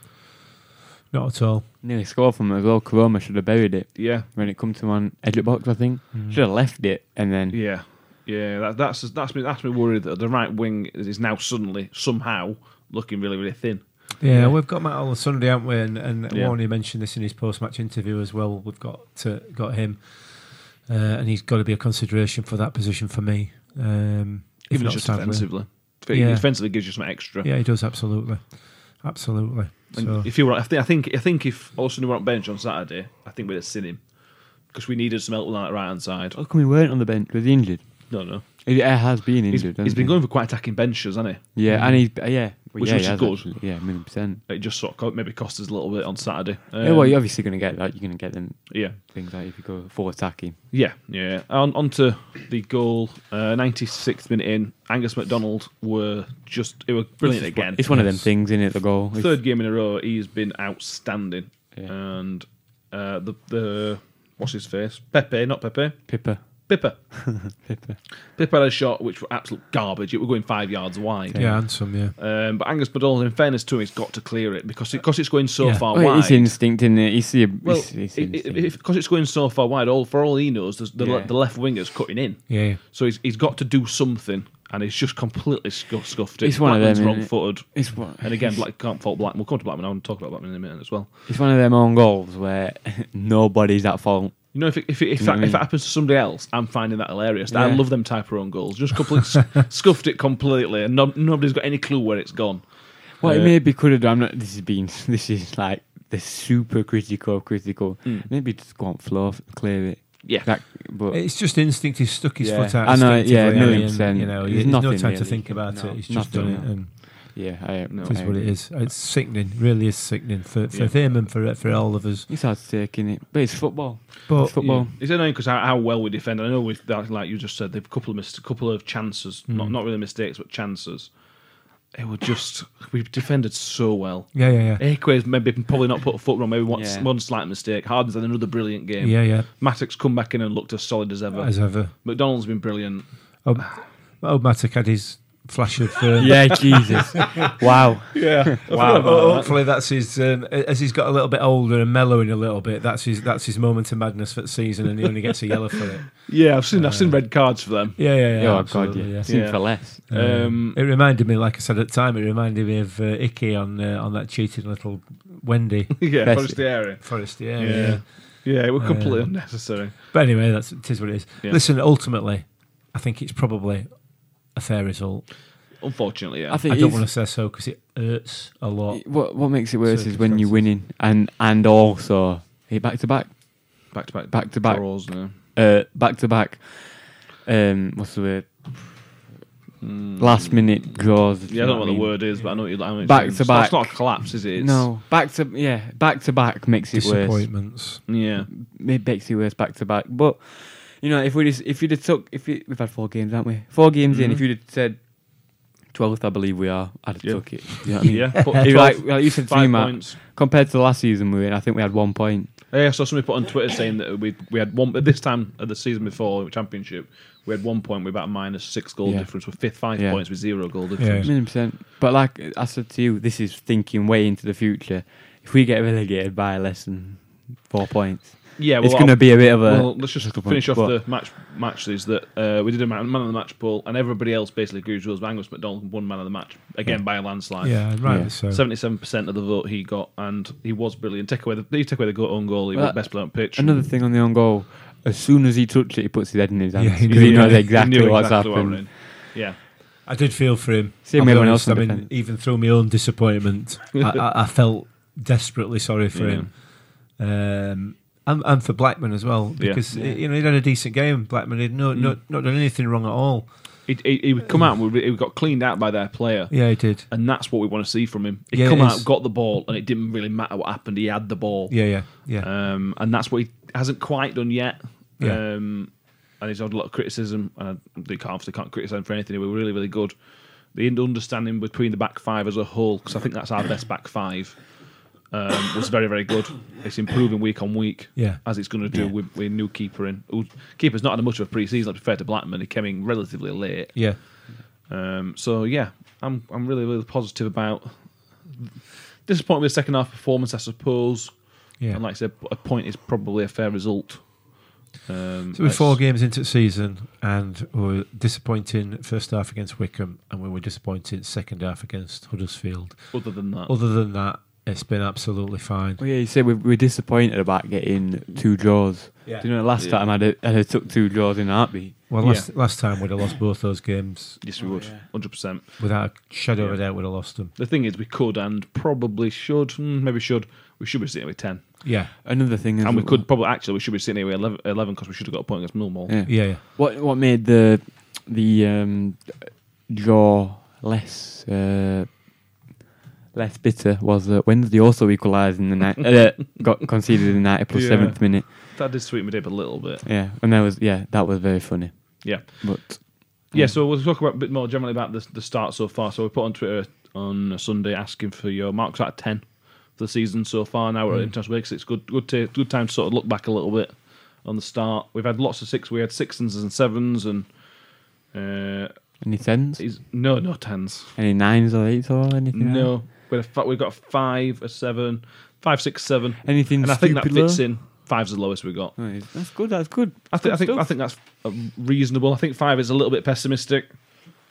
Not at all.
Nearly scored from it as well. Karoma should have buried it
yeah,
when it come to one edge box. I think should have left it and then
yeah, yeah. That, that's that's me that's me worried that the right wing is now suddenly somehow looking really really thin.
Yeah, we've got Matt on Sunday, haven't we? And, and
Yeah.
Warney mentioned this in his post-match interview as well. We've got to, got him, uh, and he's got to be a consideration for that position for me. Um, if
even
not
just
Sadler.
defensively.
Yeah.
Defensively gives you some extra.
Yeah, he does absolutely, absolutely.
And
So,
if you were, I think, I think, I think if Olsen were on bench on Saturday, I think we'd have seen him because we needed some help on that right hand side. Oh,
How come he weren't on the bench? Was he injured?
No, no,
He uh, has been
he's,
injured.
he's
hasn't
been
he?
going for quite attacking benches, hasn't
Yeah, and he's yeah, well,
Which
yeah,
was
he
a
has
good-
actually. Yeah, million percent.
he? It just sort of co- maybe cost us a little bit on Saturday.
yeah, well,
Um,
you're obviously going to get that. You're going to get them
yeah,
things like if you go full attacking.
yeah, yeah. On, on to the goal, uh, 96th minute in. Angus McDonald were just it were brilliant
It's just
again.
one- It's one of them things, isn't it? The goal. It's-
Third game in a row, he's been outstanding,
Yeah.
and uh, the the what's his face? Pepe, not Pepe,
Pippa.
Pippa.
Pippa.
Pip had a shot which were absolute garbage. It were going five yards wide.
yeah, handsome. Yeah,
Um, but Angus Badal, in fairness to him, he's got to clear it because it, cause it's going so
Yeah.
far
Well,
wide.
it's instinct, isn't it? You see, a,
well,
it's, it's instinct.
because it's going so far wide, all for all he knows, there's the, le-
Yeah.
the left winger's cutting in.
yeah, yeah.
So he's, he's got to do something, and he's just completely scu- scuffed it.
It's one of them,
wrong
isn't it?
footed.
it's one,
And again, Black can't fault Black. We'll come to Blackman. I'll talk about Blackman in a minute as well.
it's one of them own goals where <laughs> nobody's at fault.
You know, if it, if it, if,
know
that,
what I
if that
mean?
happens to somebody else, I'm finding that hilarious. I
Yeah.
love them type of own goals. Just completely
<laughs>
s- scuffed it completely, and no, nobody's got any clue where it's gone.
Well,
Uh,
it maybe could have done. I'm not. This is being. <laughs> This is like the super critical, critical. Maybe just go on floor, clear it. Mm. Yeah. That, but
It's just instinct. He's stuck his
Yeah.
foot out.
I know, yeah,
instinctively,
million
and,
percent.
You know,
There's
there's no
nothing
time to
really.
think about
No,
it. He's just done
nothing,
it,
no.
and
yeah,
No.
I no.
it is what it is. It's sickening. Really is sickening for, for
Yeah.
him and for for all of us.
It's hard to take in it, but it's football.
But
It's football.
Yeah. It's annoying because how, how well we defend. I know with that, like you just said, they've a couple of mis- couple of chances,
Hmm.
not not really mistakes, but chances. It were just we defended so well.
yeah, yeah, yeah,
Akwe's maybe probably not put a foot wrong. Maybe one,
Yeah.
one slight mistake. Harden's had another brilliant game.
yeah, yeah.
Matic's come back in and looked as solid as ever.
As ever.
McDonald's been brilliant.
Oh, oh Matic had his flash of. Uh,
Yeah,
<laughs>
Jesus. wow.
Yeah.
<laughs>
Wow! Hopefully, that's his. Um, as he's got a little bit older and mellowing a little bit, that's his. That's his moment of madness for the season, and he only gets a yellow for it.
yeah, I've seen I've seen red cards for them.
Yeah, yeah, yeah.
oh, God,
absolutely,
yeah.
yeah.
Seen
Yeah.
for less.
Um,
it reminded me, like I said at the time, it reminded me of uh, Icky on uh, on that cheating little Wendy
<laughs> yeah, Uh,
Best-
Forestieri.
Forest.
Yeah.
Yeah, yeah.
yeah, it were completely
Um,
unnecessary.
But anyway, that's it is what it is.
Yeah.
Listen, ultimately, I think it's probably a fair result.
Unfortunately, yeah.
I think
I don't
it's-
want to say so because it hurts a lot.
What what makes it worse is when you're
Circumstances.
winning and and also hey, back to back,
back to back,
back to back.
draws, yeah.
uh, back to back. Um, what's the word? Last minute draws. if
Mm. Yeah, I don't
you
know
what
what
I
the
mean.
word is, but I know what you like.
Back to
It's
back.
not a collapse, is it? It's,
No, back to yeah, back to back makes it worse.
Disappointments.
Yeah.
It makes it worse back to back. But you know, if we just if you'd have took if you, we've had four games, haven't we? Four games in. If you'd have said twelfth, I believe we are, I'd have
Mm-hmm. Yeah.
took it. You
<laughs>
know what I mean?
Yeah.
<laughs>
Put
If
12,
like, like you said, three
five
Matt,
points.
compared to the last season we were in, I think we had one point.
Yeah, I saw somebody put on Twitter saying that we we had one, but this time of the season before the championship, we had one point with about a minus six goal
Yeah.
difference. We're fifth, five
Yeah.
points with zero goal difference.
Yeah.
Million percent. But like I said to you, this is thinking way into the future. If we get relegated by less than four points,
Yeah, well,
it's going to be a bit of a.
well, let's just
Little
finish off
point,
the match matches that uh, we did a man, man of the match poll, and everybody else basically agrees with us. Angus McDonald won man of the match again by a landslide.
Yeah, right.
Yeah.
So
Seventy-seven percent of the vote he got, and he was brilliant. Take away the he take away the go- own goal, he
Well,
was best player on pitch.
Another thing on the own goal. As soon as he touched it, he puts his head in his hands
Yeah, he
because
knew,
he knows
yeah.
He
exactly
knew
what's
exactly what
happened.
happened. Yeah,
I did feel for him.
Same
I'll
with
be
everyone
honest,
else in
I mean,
defence.
even through my own disappointment, I, I, I felt desperately sorry for
Yeah.
him, um, and, and for Blackman as well
Yeah.
because
Yeah.
you know he'd had a decent game. Blackman had no, no, not done anything wrong at all.
he, he, he would come out and we, he got cleaned out by their player.
Yeah, he did.
and that's what we want to see from him. He
Yeah,
come
it
out,
is.
got the ball, and it didn't really matter what happened. He had the ball,
Yeah, yeah, yeah.
um, and that's what he hasn't quite done yet.
Yeah.
Um, and he's had a lot of criticism, and I, they can't obviously can't criticise him for anything. They were really, really good. The understanding between the back five as a whole, because I think that's our best back five, um, was very, very good. It's improving week on week,
Yeah.
as it's going to do
Yeah.
with, with new keeper in. Who, keeper's not had much of a pre-season. I'd be fair to Blackman, he came in relatively late.
yeah,
Um, so yeah, I'm I'm really really positive about disappointed with the second half performance, I suppose.
yeah.
And like I said, a point is probably a fair result. Um,
so we're four
let's-
games into the season, and we were disappointing first half against Wickham, and we were disappointing second half against Huddersfield.
Other than that,
Other than that, it's been absolutely fine.
Well, Oh, yeah, you said we we're disappointed about getting two draws.
Yeah.
Do you know last
Yeah.
time I'd have, I'd have took two draws in a heartbeat?
Well,
Yeah.
last last time we'd have lost both those games
yes, we would, hundred percent.
without a shadow of a
Yeah.
doubt. We'd have lost them.
The thing is, we could and probably should, hmm, maybe should. We should be sitting here with ten,
Yeah,
Another thing is
and we
that-
could probably actually we should be sitting here with eleven because we should have got a point against Millwall.
Yeah.
yeah, yeah.
What what made the the um, draw less uh, less bitter was that Wednesday also equalised in the night uh, got conceded in the ninety plus
Yeah.
seventh minute.
That did sweeten me up a little bit.
Yeah, and that was yeah that was very funny.
Yeah.
But
Yeah, so we'll talk about a bit more generally about the, the start so far. So we put on Twitter on Sunday asking for your marks out of ten for the season so far. Now we're at international break, so it's good good to, good time to sort of look back a little bit on the start. We've had lots of six. We had sixes and sevens and uh,
any tens,
is no no tens.
any nines or eights or anything? like
No, we had a fi- we got a five, a seven, five, six, seven,
that? anything.
and I think that
stupid low?
fits in. Five's the lowest we got.
Oh, it's- That's good. That's good.
I think I
Good
think I
stuff.
think that's uh, reasonable. I think five is a little bit pessimistic,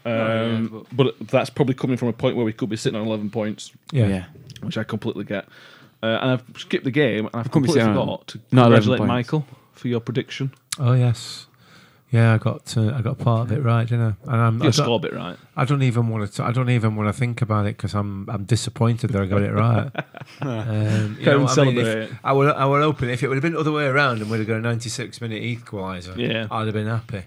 um,
No, Oh, yeah,
but that's probably coming from a point where we could be sitting on eleven points,
Yeah.
yeah.
which I completely get. Uh, and I've skipped the game, and I've
could be
completely
sitting on
forgot to
not 11
congratulate
points.
Michael for your prediction.
Oh yes. Yeah, I got uh, I got part of it right, didn't I? And I'm, I,
You
don't,
scored it right.
I don't even want to. I don't even want to think about it because I'm I'm disappointed that I got
<laughs>
it right. um, you
Go
know
and
what I mean? If-
celebrate.
I would I would open if it would have been the other way around and we'd have got a 96 minute equaliser.
Yeah.
I'd have been happy.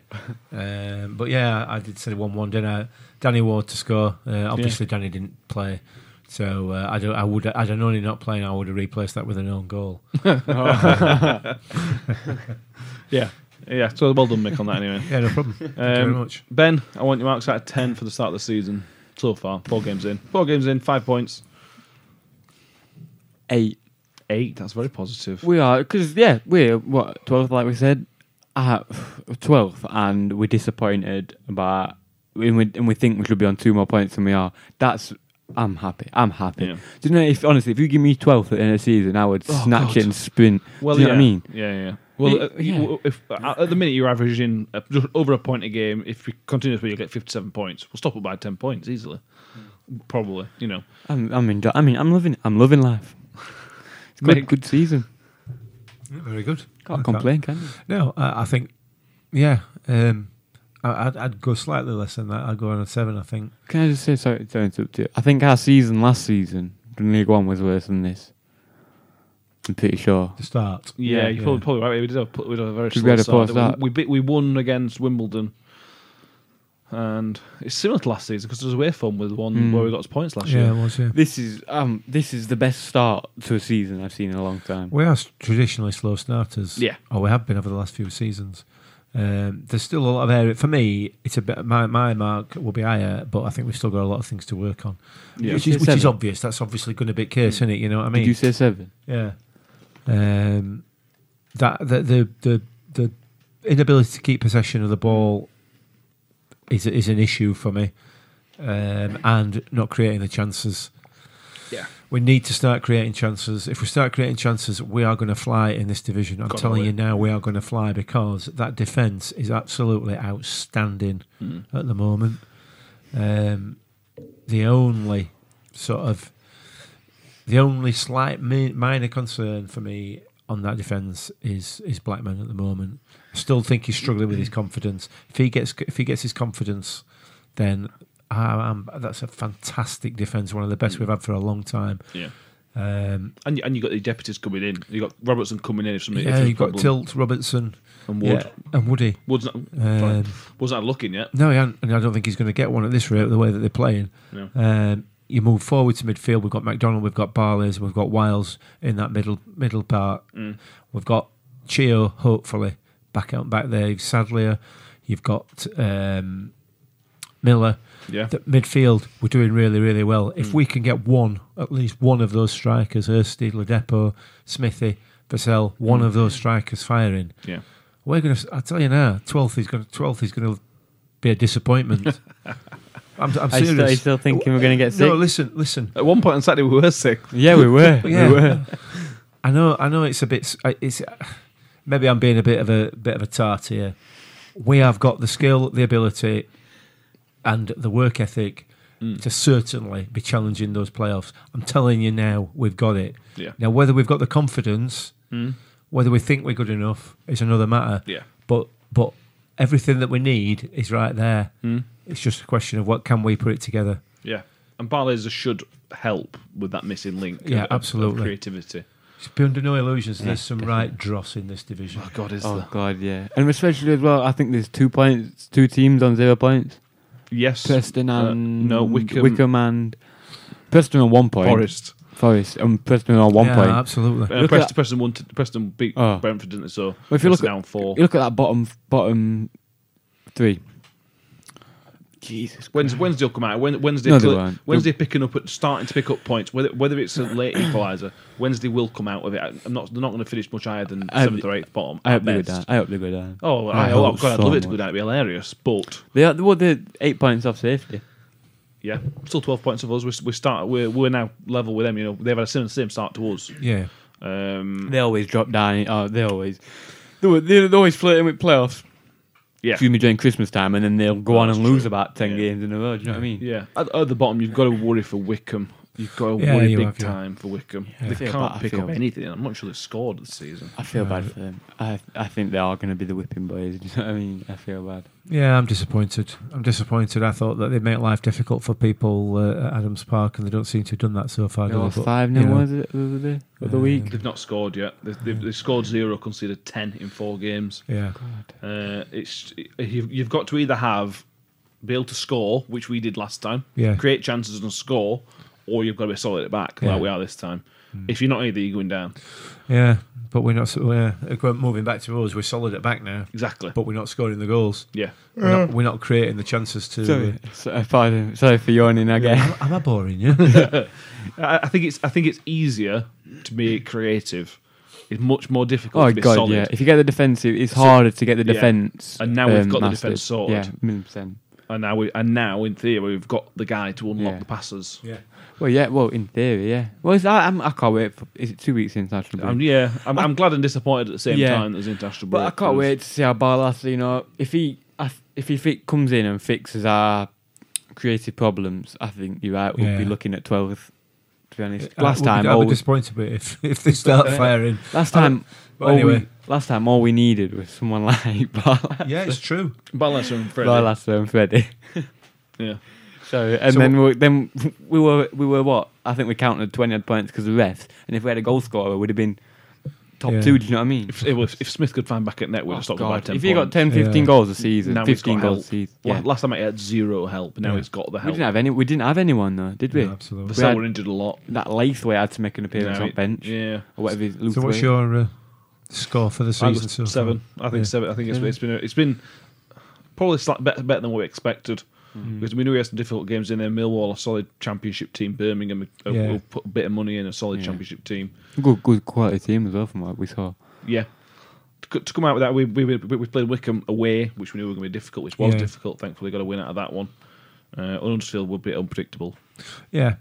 um, but yeah, I did say one one dinner. Danny Ward to score. Uh, obviously, Danny didn't play. So uh, I don't. I would. I'd have known he not playing. I would have replaced that with an
<laughs>
own goal.
Oh. yeah. Yeah, so well done, Mick, on that
<laughs>
anyway.
<laughs> Yeah, no problem. Thank you very
Um,
much.
Ben, I want your marks out of 10 for the start of the season so far. Four games in. Four games in, five points.
Eight.
Eight, that's very positive.
We are because yeah, we're what twelfth, like we said, uh, twelfth, and we're disappointed about, and we, and we think we should be on two more points than we are. That's I'm happy. I'm happy.
Yeah.
Do you know if honestly, if you give me twelfth at the end of the season, I would
Oh,
snatch
God.
it and spin.
Well,
Do you
yeah.
know what I mean?
Yeah, yeah. Well,
Y-
uh, you-
yeah.
if uh, at the minute you're averaging uh, just over a point a game, if you continue this way, you'll get 57 points. We'll stop it by 10 points easily. Probably, you know.
I'm, I'm enjoy- I mean, I'm loving. I'm loving life. It's good.
Mick.
Good season.
Very good.
Can't
Okay.
complain, can you?
No, I, I think. Yeah, um, I, I'd, I'd go slightly less than that. I'd go on a seven. I think.
Can I just say sorry? Don't interrupt you. I think our season last season in League One was worse than this. I'm pretty sure.
The start.
Yeah,
Yeah,
you're
yeah.
probably, probably right. We did have, we did have a very
Did we
slow
have a poor
start.
start?
We, we, beat, we won against Wimbledon. And it's similar to last season because there was a way form with one
Mm.
where we got us points last
Hmm. Yeah,
year.
it was. Yeah.
This is um this is the best start to a season I've seen in a long time.
We are s- traditionally slow starters.
Yeah.
Or we have been over the last few seasons. Um, there's still a lot of area. For me, it's a bit. My, my mark will be higher, but I think we've still got a lot of things to work on,
Yeah.
which is
You say
which is
seven?
obvious. That's obviously going to be the case, isn't it? You know what I mean?
Did you say seven?
yeah. Um, that the, the the the inability to keep possession of the ball is is an issue for me, um, and not creating the chances.
Yeah.
We need to start creating chances. If we start creating chances, we are going to fly in this division. I'm
God,
telling
will
you
we?
now, we are going to fly because that defence is absolutely outstanding
Mm.
at the moment. Um, the only sort of the only slight mi- minor concern for me on that defence is is Blackman at the moment. I still think he's struggling with his confidence. If he gets if he gets his confidence, then I, I'm, that's a fantastic defence, one of the best we've had for a long time.
Yeah.
Um,
And you, and you got the deputies coming in. You got Robertson coming in if something. if
yeah,
there's a
you've got
problem.
Tilt, Robertson,
and Wood.
yeah, and Woody.
Wood's not
Um,
wasn't that looking yet.
no, he hadn't, and I don't think he's going to get one at this rate, the way that they're playing.
No.
Um, you move forward to midfield. We've got McDonald, we've got Barley's, we've got Wiles in that middle middle part.
Mm.
We've got Chio, hopefully back out back there. You've Sadlier, you've got um, Miller.
Yeah. Mm.
The midfield, we're doing really really well. If we can get one, at least one of those strikers, Ersteed, Ladepo, Smithy, Vassell,
Mm.
one of those strikers firing,
Yeah.
we're going to. I tell you now, twelfth is going. Twelfth is going to be a
<laughs>
disappointment. I'm, I'm
I
serious.
still, I still thinking we're gonna get
No,
six.
listen,
<laughs>
listen.
At one point on Saturday we were sick.
yeah, we were.
<laughs> Yeah.
We were.
I know, I know. It's a bit. It's maybe I'm being a bit of a bit of a tart here. We have got the skill, the ability, and the work ethic
Mm.
to certainly be challenging those playoffs. I'm telling you now, we've got it.
Yeah.
Now, whether we've got the confidence,
Mm.
whether we think we're good enough, is another matter.
Yeah.
But but everything that we need is right there. It's just a question of what can we put it together.
Yeah. And Barley's should help with that missing link.
Yeah,
of- of-
absolutely.
Of creativity.
It's been under no illusions. There's some right dross in this division.
God, is
Oh god, yeah. And especially as well, I think there's two points, two teams on zero points.
yes.
Preston
Uh,
and
no Wickham,
Wickham and Preston on one point.
Forest.
Forest and Preston on one
yeah,
point.
absolutely.
Uh,
Look
Preston,
at-
Preston won. T- Preston beat
Oh.
Brentford, didn't they? So
Well, if you
that's
look at-
down four.
You look at that bottom bottom three. Jesus.
Wednesday, Wednesday will come out. Wen- Wednesday,
No, they
cl-
won't.
Wednesday picking up at starting to pick up points. Whether whether it's a late equaliser, Wednesday will come out with it. I- I'm not. They're not going to finish much higher than
I-
seventh or eighth bottom.
I
at
hope they go
best.
down. I hope they go down.
Oh,
I
I, oh,
hope
God, I'd love it to
so
go down. It'd be hilarious. But
They are well, they're eight points off safety.
yeah, still 12 points of us. We, we start. We're, we're now level with them. You know, they've had a similar same start to us.
Yeah.
Um,
They always drop down. Oh, they always they were, they're always flirting with playoffs.
yeah,
Excuse me during Christmas time, and then they'll go on
That's
and lose
true.
about ten
Yeah.
games in a row. Do you know what I mean?
yeah. At, at the bottom, you've got to worry for Wickham. You've got to
Yeah,
worry
you
big
have, yeah.
time for Wickham.
Yeah. I
They
feel
can't
bad, I
pick
feel
up
bad.
anything. I'm not sure they've scored this season.
I feel
Uh,
bad for them. I I think they are going to be the whipping boys. <laughs> You know what I mean? I feel bad.
Yeah, I'm disappointed. I'm disappointed. I thought that they'd make life difficult for people uh, at Adams Park, and they don't seem to have done that so far.
They
do they?
lost
But,
five
you know,
nil was it the other, day, the other
Uh,
week?
Um, They've not scored yet. They've, they've, they've scored zero, conceded ten in four games.
Yeah,
God.
Uh, it's you've, you've got to either have be able to score, which we did last time,
yeah.
create chances and score, or you've got to be solid at back,
Yeah. Hmm.
like we are this time. If you're not either, you're going down.
Yeah, but we're not. so- We're we're moving back to us. We're solid at back now,
Exactly.
but we're not scoring the goals.
Yeah.
We're, not, we're not creating the chances to.
Sorry, sorry, pardon, sorry for yawning again.
am, am I boring you?
I, I think it's I think it's easier to be creative. It's much more difficult
Oh
to be
god,
solid.
yeah. If you get the defensive, it's
So-
harder to get the
yeah.
defense. um,
And now we've got the
mastered.
defense sorted.
Yeah, million percent.
And now we and now in theory we've got the guy to unlock
Yeah.
the passes.
yeah.
Well, yeah. Well, in theory, yeah. Well, it's, I, I'm, I can't wait. For, is it two weeks since national break?
Um, yeah, I'm, I'm glad and disappointed at the same
Yeah.
time as international
but
break,
I can't
'cause-
wait to see how Barlas, you know, if he, I, th- if he fi- comes in and fixes our creative problems, I think you're right. We'll be
Yeah.
looking at 12th. To be honest,
I- Uh,
last
we'll be-
time,
I'll
all
be
we,
disappointed with it if <laughs> if they start firing.
last time,
But
all
anyway,
we, last time, all we needed was someone <laughs> like
<laughs>
Barlas,
yeah, it's true.
Ballas and Freddie.
Barlas and Freddie.
Yeah.
So and
So
then we then we were we were what I think we counted twenty odd points because of the refs, and if we had a goal scorer, we'd have been top
Yeah.
two. Do you know what I mean?
If, if, if Smith could find back at net, we'd
Oh,
have stopped them by
God.
ten.
if you got
points.
10, 15
Yeah.
goals a season,
Now he's got
fifteen goals a
help.
season.
La-
Yeah.
last time I had zero help. Now
Yeah.
he's got the
we
help.
didn't have any. We didn't have anyone though, did we?
Yeah, absolutely.
Vassell
had-
were injured a lot.
That Lathway had to make an appearance
No,
on
it-
bench
Yeah.
or whatever. His,
So, what's
Luthway.
your uh, score for the
I
season?
was
so far?
seven. I think
Yeah.
seven. I think it's,
Yeah.
it's been it's been probably slightly better, better than what we expected
Mm.
because we knew we had some difficult games in there. Millwall, a solid championship team. Birmingham, uh,
Yeah.
we'll put a bit of money in a solid
Yeah.
championship team.
good, good quality team as well from what we saw.
Yeah. To co- To come out with that, we we, we, we played Wickham away, which we knew were going to be difficult, which was
Yeah.
difficult. Thankfully, got a win out of that one. Uh, Huddersfield were a bit unpredictable.
Yeah,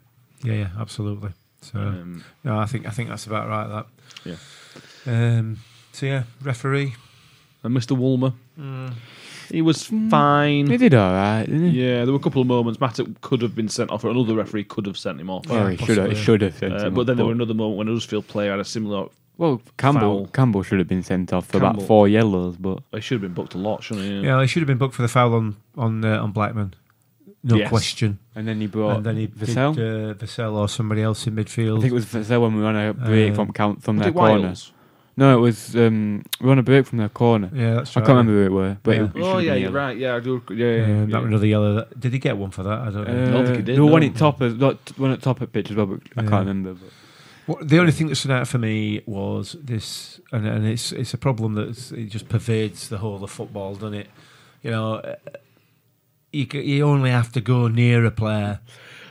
yeah, yeah, absolutely. So
Um,
no, I think I think that's about right.
Yeah.
That. Yeah. Um, so yeah, referee.
and Mr. Woolmer,
Mm.
he was fine.
They did all right, didn't they?
Hmm. Yeah, there were a couple of moments. Matic could have been sent off, or another referee could have sent him off.
Well, he
Yeah,
should have.
possibly.
He should have. sent
Uh,
him
but
off,
then there were another moment when a Huddersfield player had a similar.
well, Campbell,
foul.
Campbell should have been sent off for
Campbell.
about four yellows, but
They should have been booked a lot, shouldn't they?
Yeah, he should have been booked for the foul on on uh, on Blackman. No
Yes.
question.
and then he brought
and then he
Vassell.
did uh, Vassell or somebody else in
I think
midfield.
it was Vassell when we were on a break
Uh,
from count from
Was
their
it
corner.
Wiles?
No, it was um, we were on a break from their corner.
Yeah, that's
I
right.
can't remember who it were, but
Yeah.
it, it should
Oh
have
yeah,
been
you're
yellow.
right. Yeah, I do. Yeah,
Yeah,
yeah.
that was another yellow. That- Did he get one for that? I don't know.
Uh, don't think he did,
There were one
no.
at top as not one at top at pitch as well, but I
Yeah.
can't remember. But
What, the only thing that stood out for me was this, and, and it's it's a problem that it just pervades the whole of football, doesn't it? You know, uh, you, c- you only have to go near a player,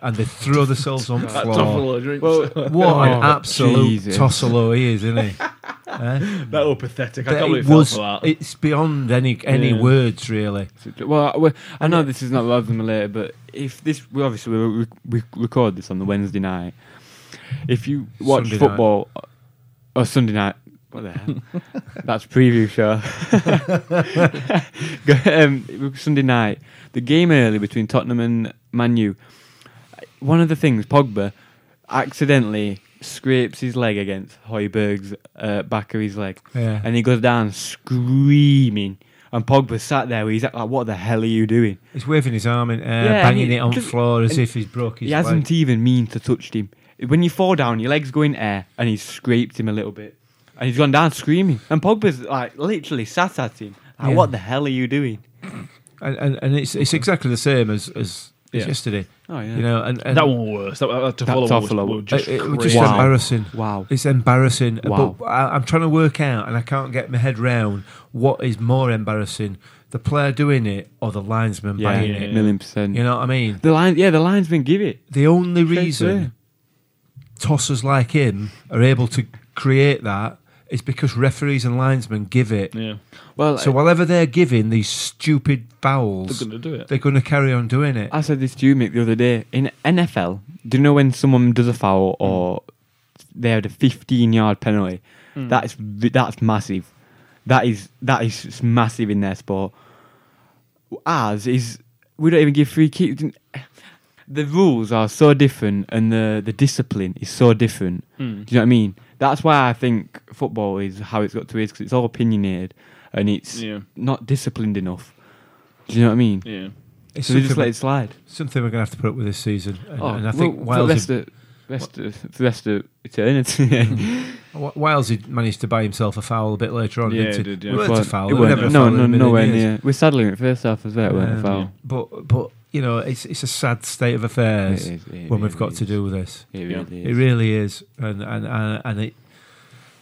and they throw themselves on the
That
floor.
Toffolo drinks.
What an
Oh,
absolute
Jesus.
tossolo he is, isn't he? Eh?
<laughs> that was pathetic. I
But
can't
it
believe he
was,
fell for that.
it's beyond any any
Yeah.
words, really.
So- well, I- well, I know this is not rather than later, but if this we obviously we, we, we record this on the Wednesday night. If you watch
Sunday night.
football or Sunday night, what the
<laughs>
hell? That's preview show. Go- um, Sunday night, the game early between Tottenham and Manu. One of the things Pogba accidentally scrapes his leg against Hoiberg's uh, back of his leg
Yeah.
and he goes down screaming. And Pogba sat there, he's like, "What the hell are you doing?"
He's waving his arm in air,
Yeah, and
banging
he
it on the
doesn't-
floor as
and
if he's broke his
he
leg.
hasn't even mean to touch him. When you fall down, your legs go in air, and he's scraped him a little bit, and he's gone down screaming. And Pogba's like literally sat at him, like,
Yeah.
"What the hell are you doing?"
and, and, and it's it's exactly the same as as,
Yeah.
as yesterday.
Oh yeah,
You know, and, and
that one was worse. That, that, that Toffolo
That
was,
Toffolo
was
was-
just
it, it was
crazy.
just
Wow.
embarrassing.
wow.
It's embarrassing. uh,
Wow.
But I, I'm trying to work out, and I can't get my head round what is more embarrassing: the player doing it or the linesman
Yeah,
buying
yeah.
it.
million percent.
You know what I mean?
The line, yeah, the linesman give it.
The only
Straight
reason tossers like him are able to create that is because referees and linesmen give it.
yeah,
Well,
So whatever they're giving these stupid
they're
fouls,
going to do it.
they're going to carry on doing it.
I said this to you, Mick, the other day. In NFL, do you know when someone does a foul
Mm.
or they had a 15 yard penalty?
Mm.
That's that's massive. That is that is s- massive in their sport. Ours is we don't even give free kicks. the rules are so different and the, the discipline is so different.
Mm.
Do you know what I mean? That's why I think football is how it's got to is because it's all opinionated and it's
Yeah,
not disciplined enough. Do you know what I mean?
yeah.
It's
so they just
something,
let it slide.
something we're going to have to put up with this season. And,
oh,
and I think
well, for the
Wales,
rest, of, rest of, for the rest of <laughs> eternity.
had, Wales had managed to buy himself a foul a bit later on.
Yeah,
didn't
it did, yeah.
It weren't a
weren't-
foul.
it
It
weren't-
never a
no,
foul in
no,
a million
nowhere
years.
near. We're saddling it first half as well. It weren't a
Um,
foul.
But but you know, it's it's a sad state of affairs
It is, it
when we've
really
got to
is.
do with this.
It
Yeah.
really
It
is.
really is, and and and, and it.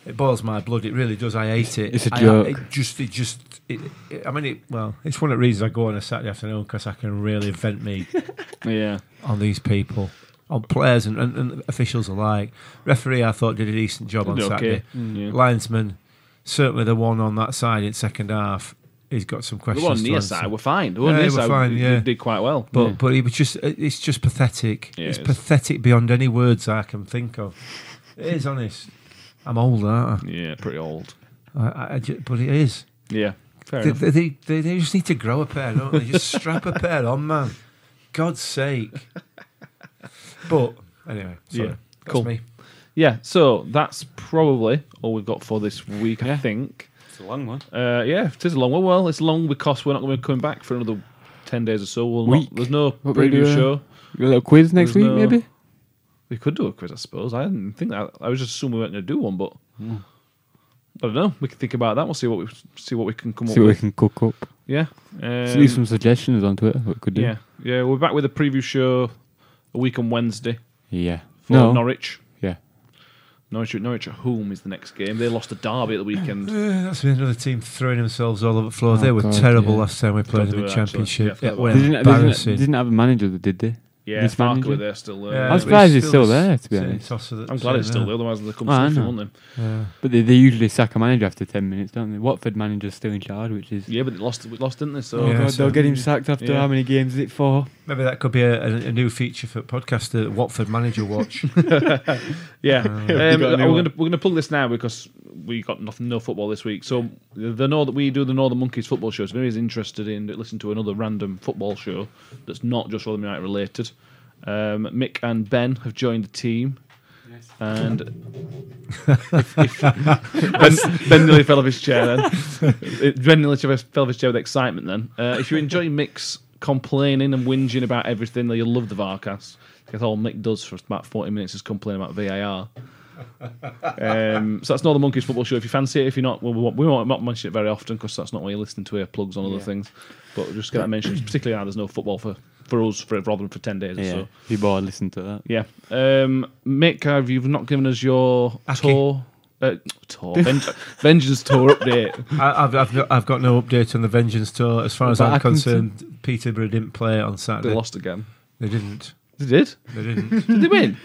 It boils my blood. It really does. I hate it.
It's a
I-
joke.
it just, it just. It, it- I mean, it. Well, it's one of the reasons I go on a Saturday afternoon because I can really vent
<laughs>
me
Yeah.
on these people, on players and, and, and officials alike. Referee, I thought did a decent job on
Did okay. Mm,
Saturday.
yeah.
Linesman, certainly the one on that side in second half, he's got some
The
questions.
one
to
near
answer.
side were fine. The one
Yeah,
near
they were
side
fine,
we-
yeah.
did quite well.
But
Yeah.
but it was just it- it's just pathetic.
Yeah,
it's
it is.
pathetic beyond any words I can think of. It is honest. I'm old, aren't
yeah, pretty old.
I? I, I, I ju- but it is.
Yeah. Fair
They,
enough.
they, they, they- they just need to grow a pair, don't they? Just
<laughs>
strap a pair on, man. God's sake. But anyway, sorry.
Yeah,
That's
cool.
me.
Yeah, so that's probably all we've got for this week, I
Yeah.
think.
It's a long one.
Uh, yeah, it is a long one. Well, it's long because we're not going to be coming back for another 10 days or so. We'll not-
Week.
there's no
What we
preview
do, uh,
show.
A little quiz next
There's
week,
no-
maybe.
We could do a quiz, I suppose. I didn't think that. I was just assuming we weren't going to do one, but
Hmm.
I don't know. We can think about that. We'll see what we see what we can come
See
up
what we
with.
can cook up.
Yeah.
See
Um,
some suggestions on Twitter. What we could do?
yeah, yeah. We're back with a preview show a week on Wednesday
Yeah.
for
No.
Norwich.
Yeah.
Norwich, Norwich at home is the next game. They lost to Derby at the weekend.
<laughs>
Uh, that's been another team throwing themselves all over the floor. they were
Oh, God,
terrible
yeah.
last time we played
God,
in
they
the
were
championship.
absolutely-
Yeah,
yeah,
what
They didn't, they didn't,
embarrassing.
they didn't have a manager, did they?
Yeah,
This
Farker
manager?
were there still. Uh,
Yeah,
I'm
but
surprised
it's
he's
still
still
the s-
there, to be
same
honest.
toss of the-
I'm glad
same
it's still
there.
there, otherwise they'd come
Oh, I
sniffing,
know.
wouldn't
Yeah.
But they, they usually sack a manager after 10 minutes, don't they? Watford manager's still in charge, which is.
they? Yeah, but they lost, we lost, didn't they? So
Oh,
Yeah,
God,
so-
they'll get him sacked after
Yeah.
how many games is it for?
Maybe that could be a, a, a new feature for podcast, the Watford manager
<laughs>
watch.
yeah, um,
got a
we're
new
going
one.
to we're going to plug this now because we got nothing, no football this week. So the the Northern, we do the Northern Monkeys football show. So if anybody's interested in listening to another random football show that's not just Rotherham United related, um, Mick and Ben have joined the team. And if, if ben, ben nearly fell off his chair then. It- Ben nearly fell off his chair with excitement then. Uh, if you enjoy Mick's complaining and whinging about everything, then you'll love the VARcast. That's all Mick does for about 40 minutes is complain about VAR. Um, so that's not the Monkeys football show. If you fancy it, if you're not, we won't, we won't not mention it very often because that's not what you're listening to. Here, plugs on other things, but just get that mentioned. particularly now, there's no football for for us for Rotherham for ten days or so.
Be bored, listen to
<laughs>
that.
Yeah. Um, Mick, have you've not given us your
Aki.
tour? Uh, tour
<laughs>
Ven- Vengeance tour update.
I, I've, I've, got, I've got no update on the Vengeance Tour. As far as
But
I'm
I can
concerned, Peterborough didn't play on
They
Saturday.
lost again.
They didn't.
They did.
They didn't.
Did they win?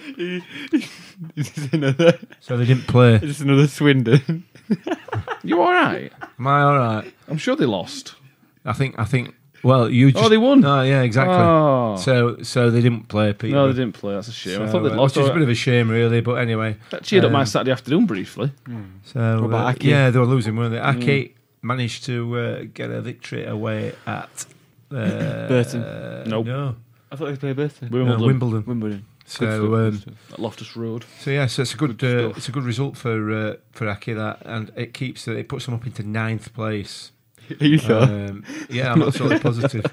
Is this another,
so they didn't play.
is this another Swindon?
<laughs> You all right?
Am I all right?
I'm sure they lost.
I think. I think. Well, you just.
Oh, they won.
No, yeah, exactly.
Oh.
So, so they didn't play. Peterborough.
no, they didn't play. That's a shame. I
So,
thought
uh,
they'd lost.
which is a
All
bit
right.
of a shame, really. But anyway,
That cheered up my
um,
Saturday afternoon briefly.
so
about
uh,
Aki? Mm.
yeah, they were losing, weren't they? Aki managed to uh, get a victory away at uh,
<laughs> Burton.
Nope.
No,
<laughs> I thought they played Burton.
Wimbledon.
no, Wimbledon.
Wimbledon.
So, um,
At Loftus Road.
So yeah, so it's a good,
Good
uh,
stuff.
it's a good result for uh, for Aki that, and it keeps it puts them up into ninth place.
Are you sure?
Um, yeah, I'm
<laughs>
absolutely positive.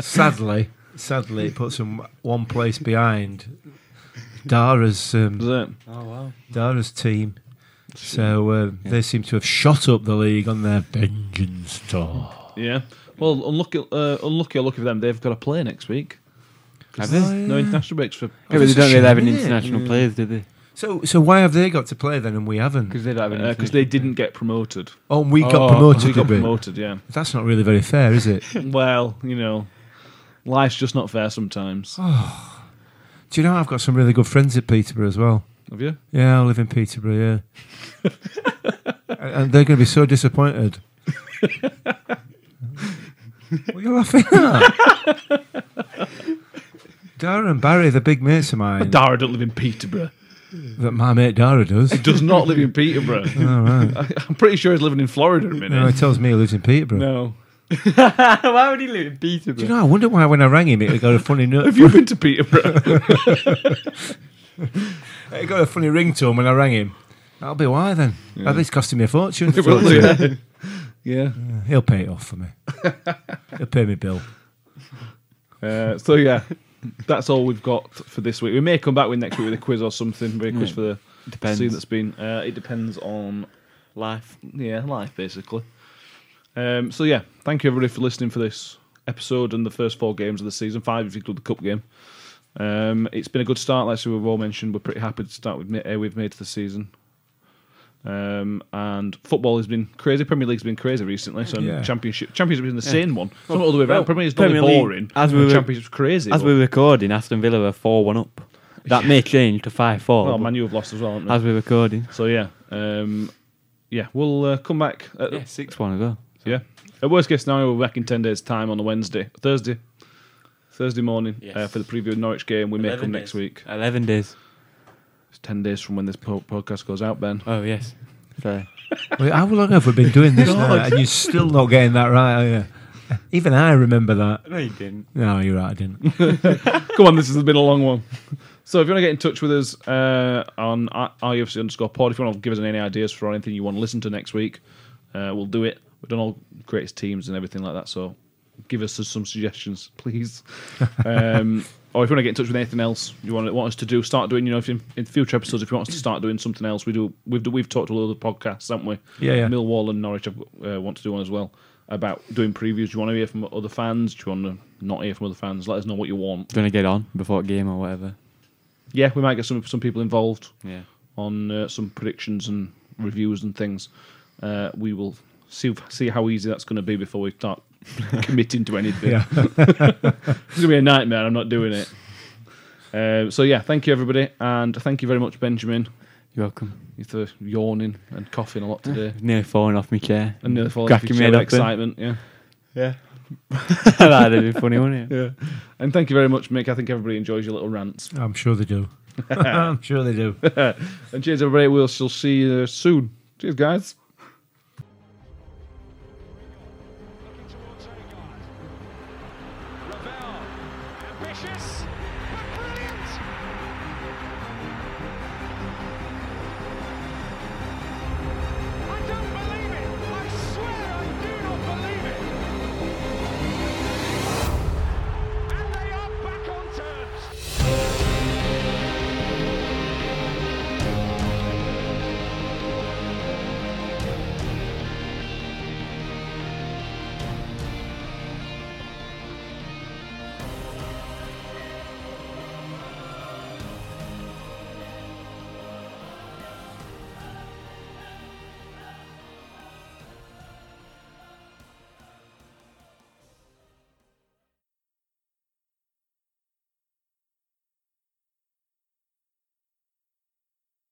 Sadly, sadly, it puts them one place behind Dara's
Was
um,
it?
oh, wow.
Dara's team. So uh, they seem to have shot up the league on their vengeance tour.
Yeah. Well, unlucky, uh, unlucky or lucky for them, they've got to play next week.
Have they? Yeah,
No international breaks for. uh,
but
It's
they
Oh, a
don't really have
shame,
any
isn't it?
international
Yeah.
players, do they?
So, so why have they got to play then and we haven't?
Because they don't have any.
Because they didn't get promoted.
Oh, and we
Oh,
got promoted.
We got
did we?
promoted, yeah.
That's not really very fair,
<laughs>
is it?
Well, you know, life's just not fair sometimes.
Do you know I've got some really good friends at Peterborough as well.
Have you?
Yeah, I live
<laughs>
in Peterborough. Yeah, and and they're going to be so
<laughs>
disappointed. what are you laughing at? Dara and Barry, the big mates of mine,
Dara don't live in Peterborough.
that my mate Dara does.
Does not <laughs> live in Peterborough.
All right.
I'm pretty sure he's living in Florida at the
No, he
minute.
tells me he lives in Peterborough.
No.
<laughs> Why would he leave Peterborough?
Do you know? I wonder why when I rang him, it got a funny
<laughs>
note.
Have you been to Peterborough?
It got a funny ring to him when I rang him. That'll be why then. At least costing me a fortune.
<laughs> <laughs> It will do, yeah. yeah.
<laughs> He'll pay it off for me. He'll pay me bill.
Uh, so yeah, that's all we've got for this week. We may come back with next week with a quiz or something. Maybe a quiz
Yeah.
for the
Depends.
scene that's been. Uh, it depends on
Life.
yeah life basically. Um, so yeah, thank you everybody for listening for this episode and the first four games of the season. Five if you include the cup game. Um, it's been a good start. Like we've all mentioned, we're pretty happy to start with ma- uh, we've made to the season. Um, and football has been crazy. Premier League's been crazy recently. So
Yeah.
championship, championship's been the same one. It's not all the way around.
well,
Premier League's normally
Premier League,
boring.
as we were-
championship's crazy.
As
but-
we're recording, Aston Villa were 4 1 up. That may change to 5 4.
Well, Man, you have lost as well, haven't they?
as we're recording.
So yeah, um, yeah, we'll uh, come back. At, yeah.
6 1 as well.
At worst case scenario, we're back in ten days' time on a Wednesday, Thursday, Thursday morning
Yes.
uh, for the preview of Norwich game. We may
11
come
days.
next week.
11 days.
It's ten days from when this po- podcast goes out, Ben.
Oh, yes. Sorry.
Wait, how long have we been doing this now? And you're still not getting that right, are you? Even I remember that.
No, you didn't.
No, you're right,
<laughs>
I didn't.
Come on, this has been a long one. <laughs> So if you want to get in touch with us uh, on i- IFC underscore pod, if you want to give us any ideas for anything you want to listen to next week, uh, we'll do it. We've done all greatest teams and everything like that, so give us some suggestions, <laughs> please. um, or if you want to get in touch with anything else you want want us to do, start doing. You know, if in, in future episodes, if you want us to start doing something else, we do. We've do, we've talked to other podcasts, haven't we?
Yeah, yeah.
Millwall and Norwich have, got- uh, want to do one as well about doing previews. Do you want to hear from other fans? Do you want to not hear from other fans? Let us know what you want.
Going to get on before game or whatever.
Yeah, we might get some some people involved
Yeah.
on uh, some predictions and reviews and things. Uh, we will see see how easy that's going to be before we start <laughs> committing to anything.
Yeah.
<laughs> It's going to be a nightmare. I'm not doing it. Uh, so yeah, thank you everybody, and thank you very much, Benjamin.
You're welcome.
You for yawning and coughing a lot
<laughs>
today,
Nearly falling off my chair.
and nearly falling off
Cracking
your
me
chair with
up eh? then.
excitement.
<laughs>
Yeah,
Yeah. <laughs> That'd be funny, wouldn't it?
yeah. And thank you very much, Mick. I think everybody enjoys your little rants.
I'm sure they do. <laughs> I'm sure they do.
And cheers, everybody. We'll shall see you soon. Cheers, guys.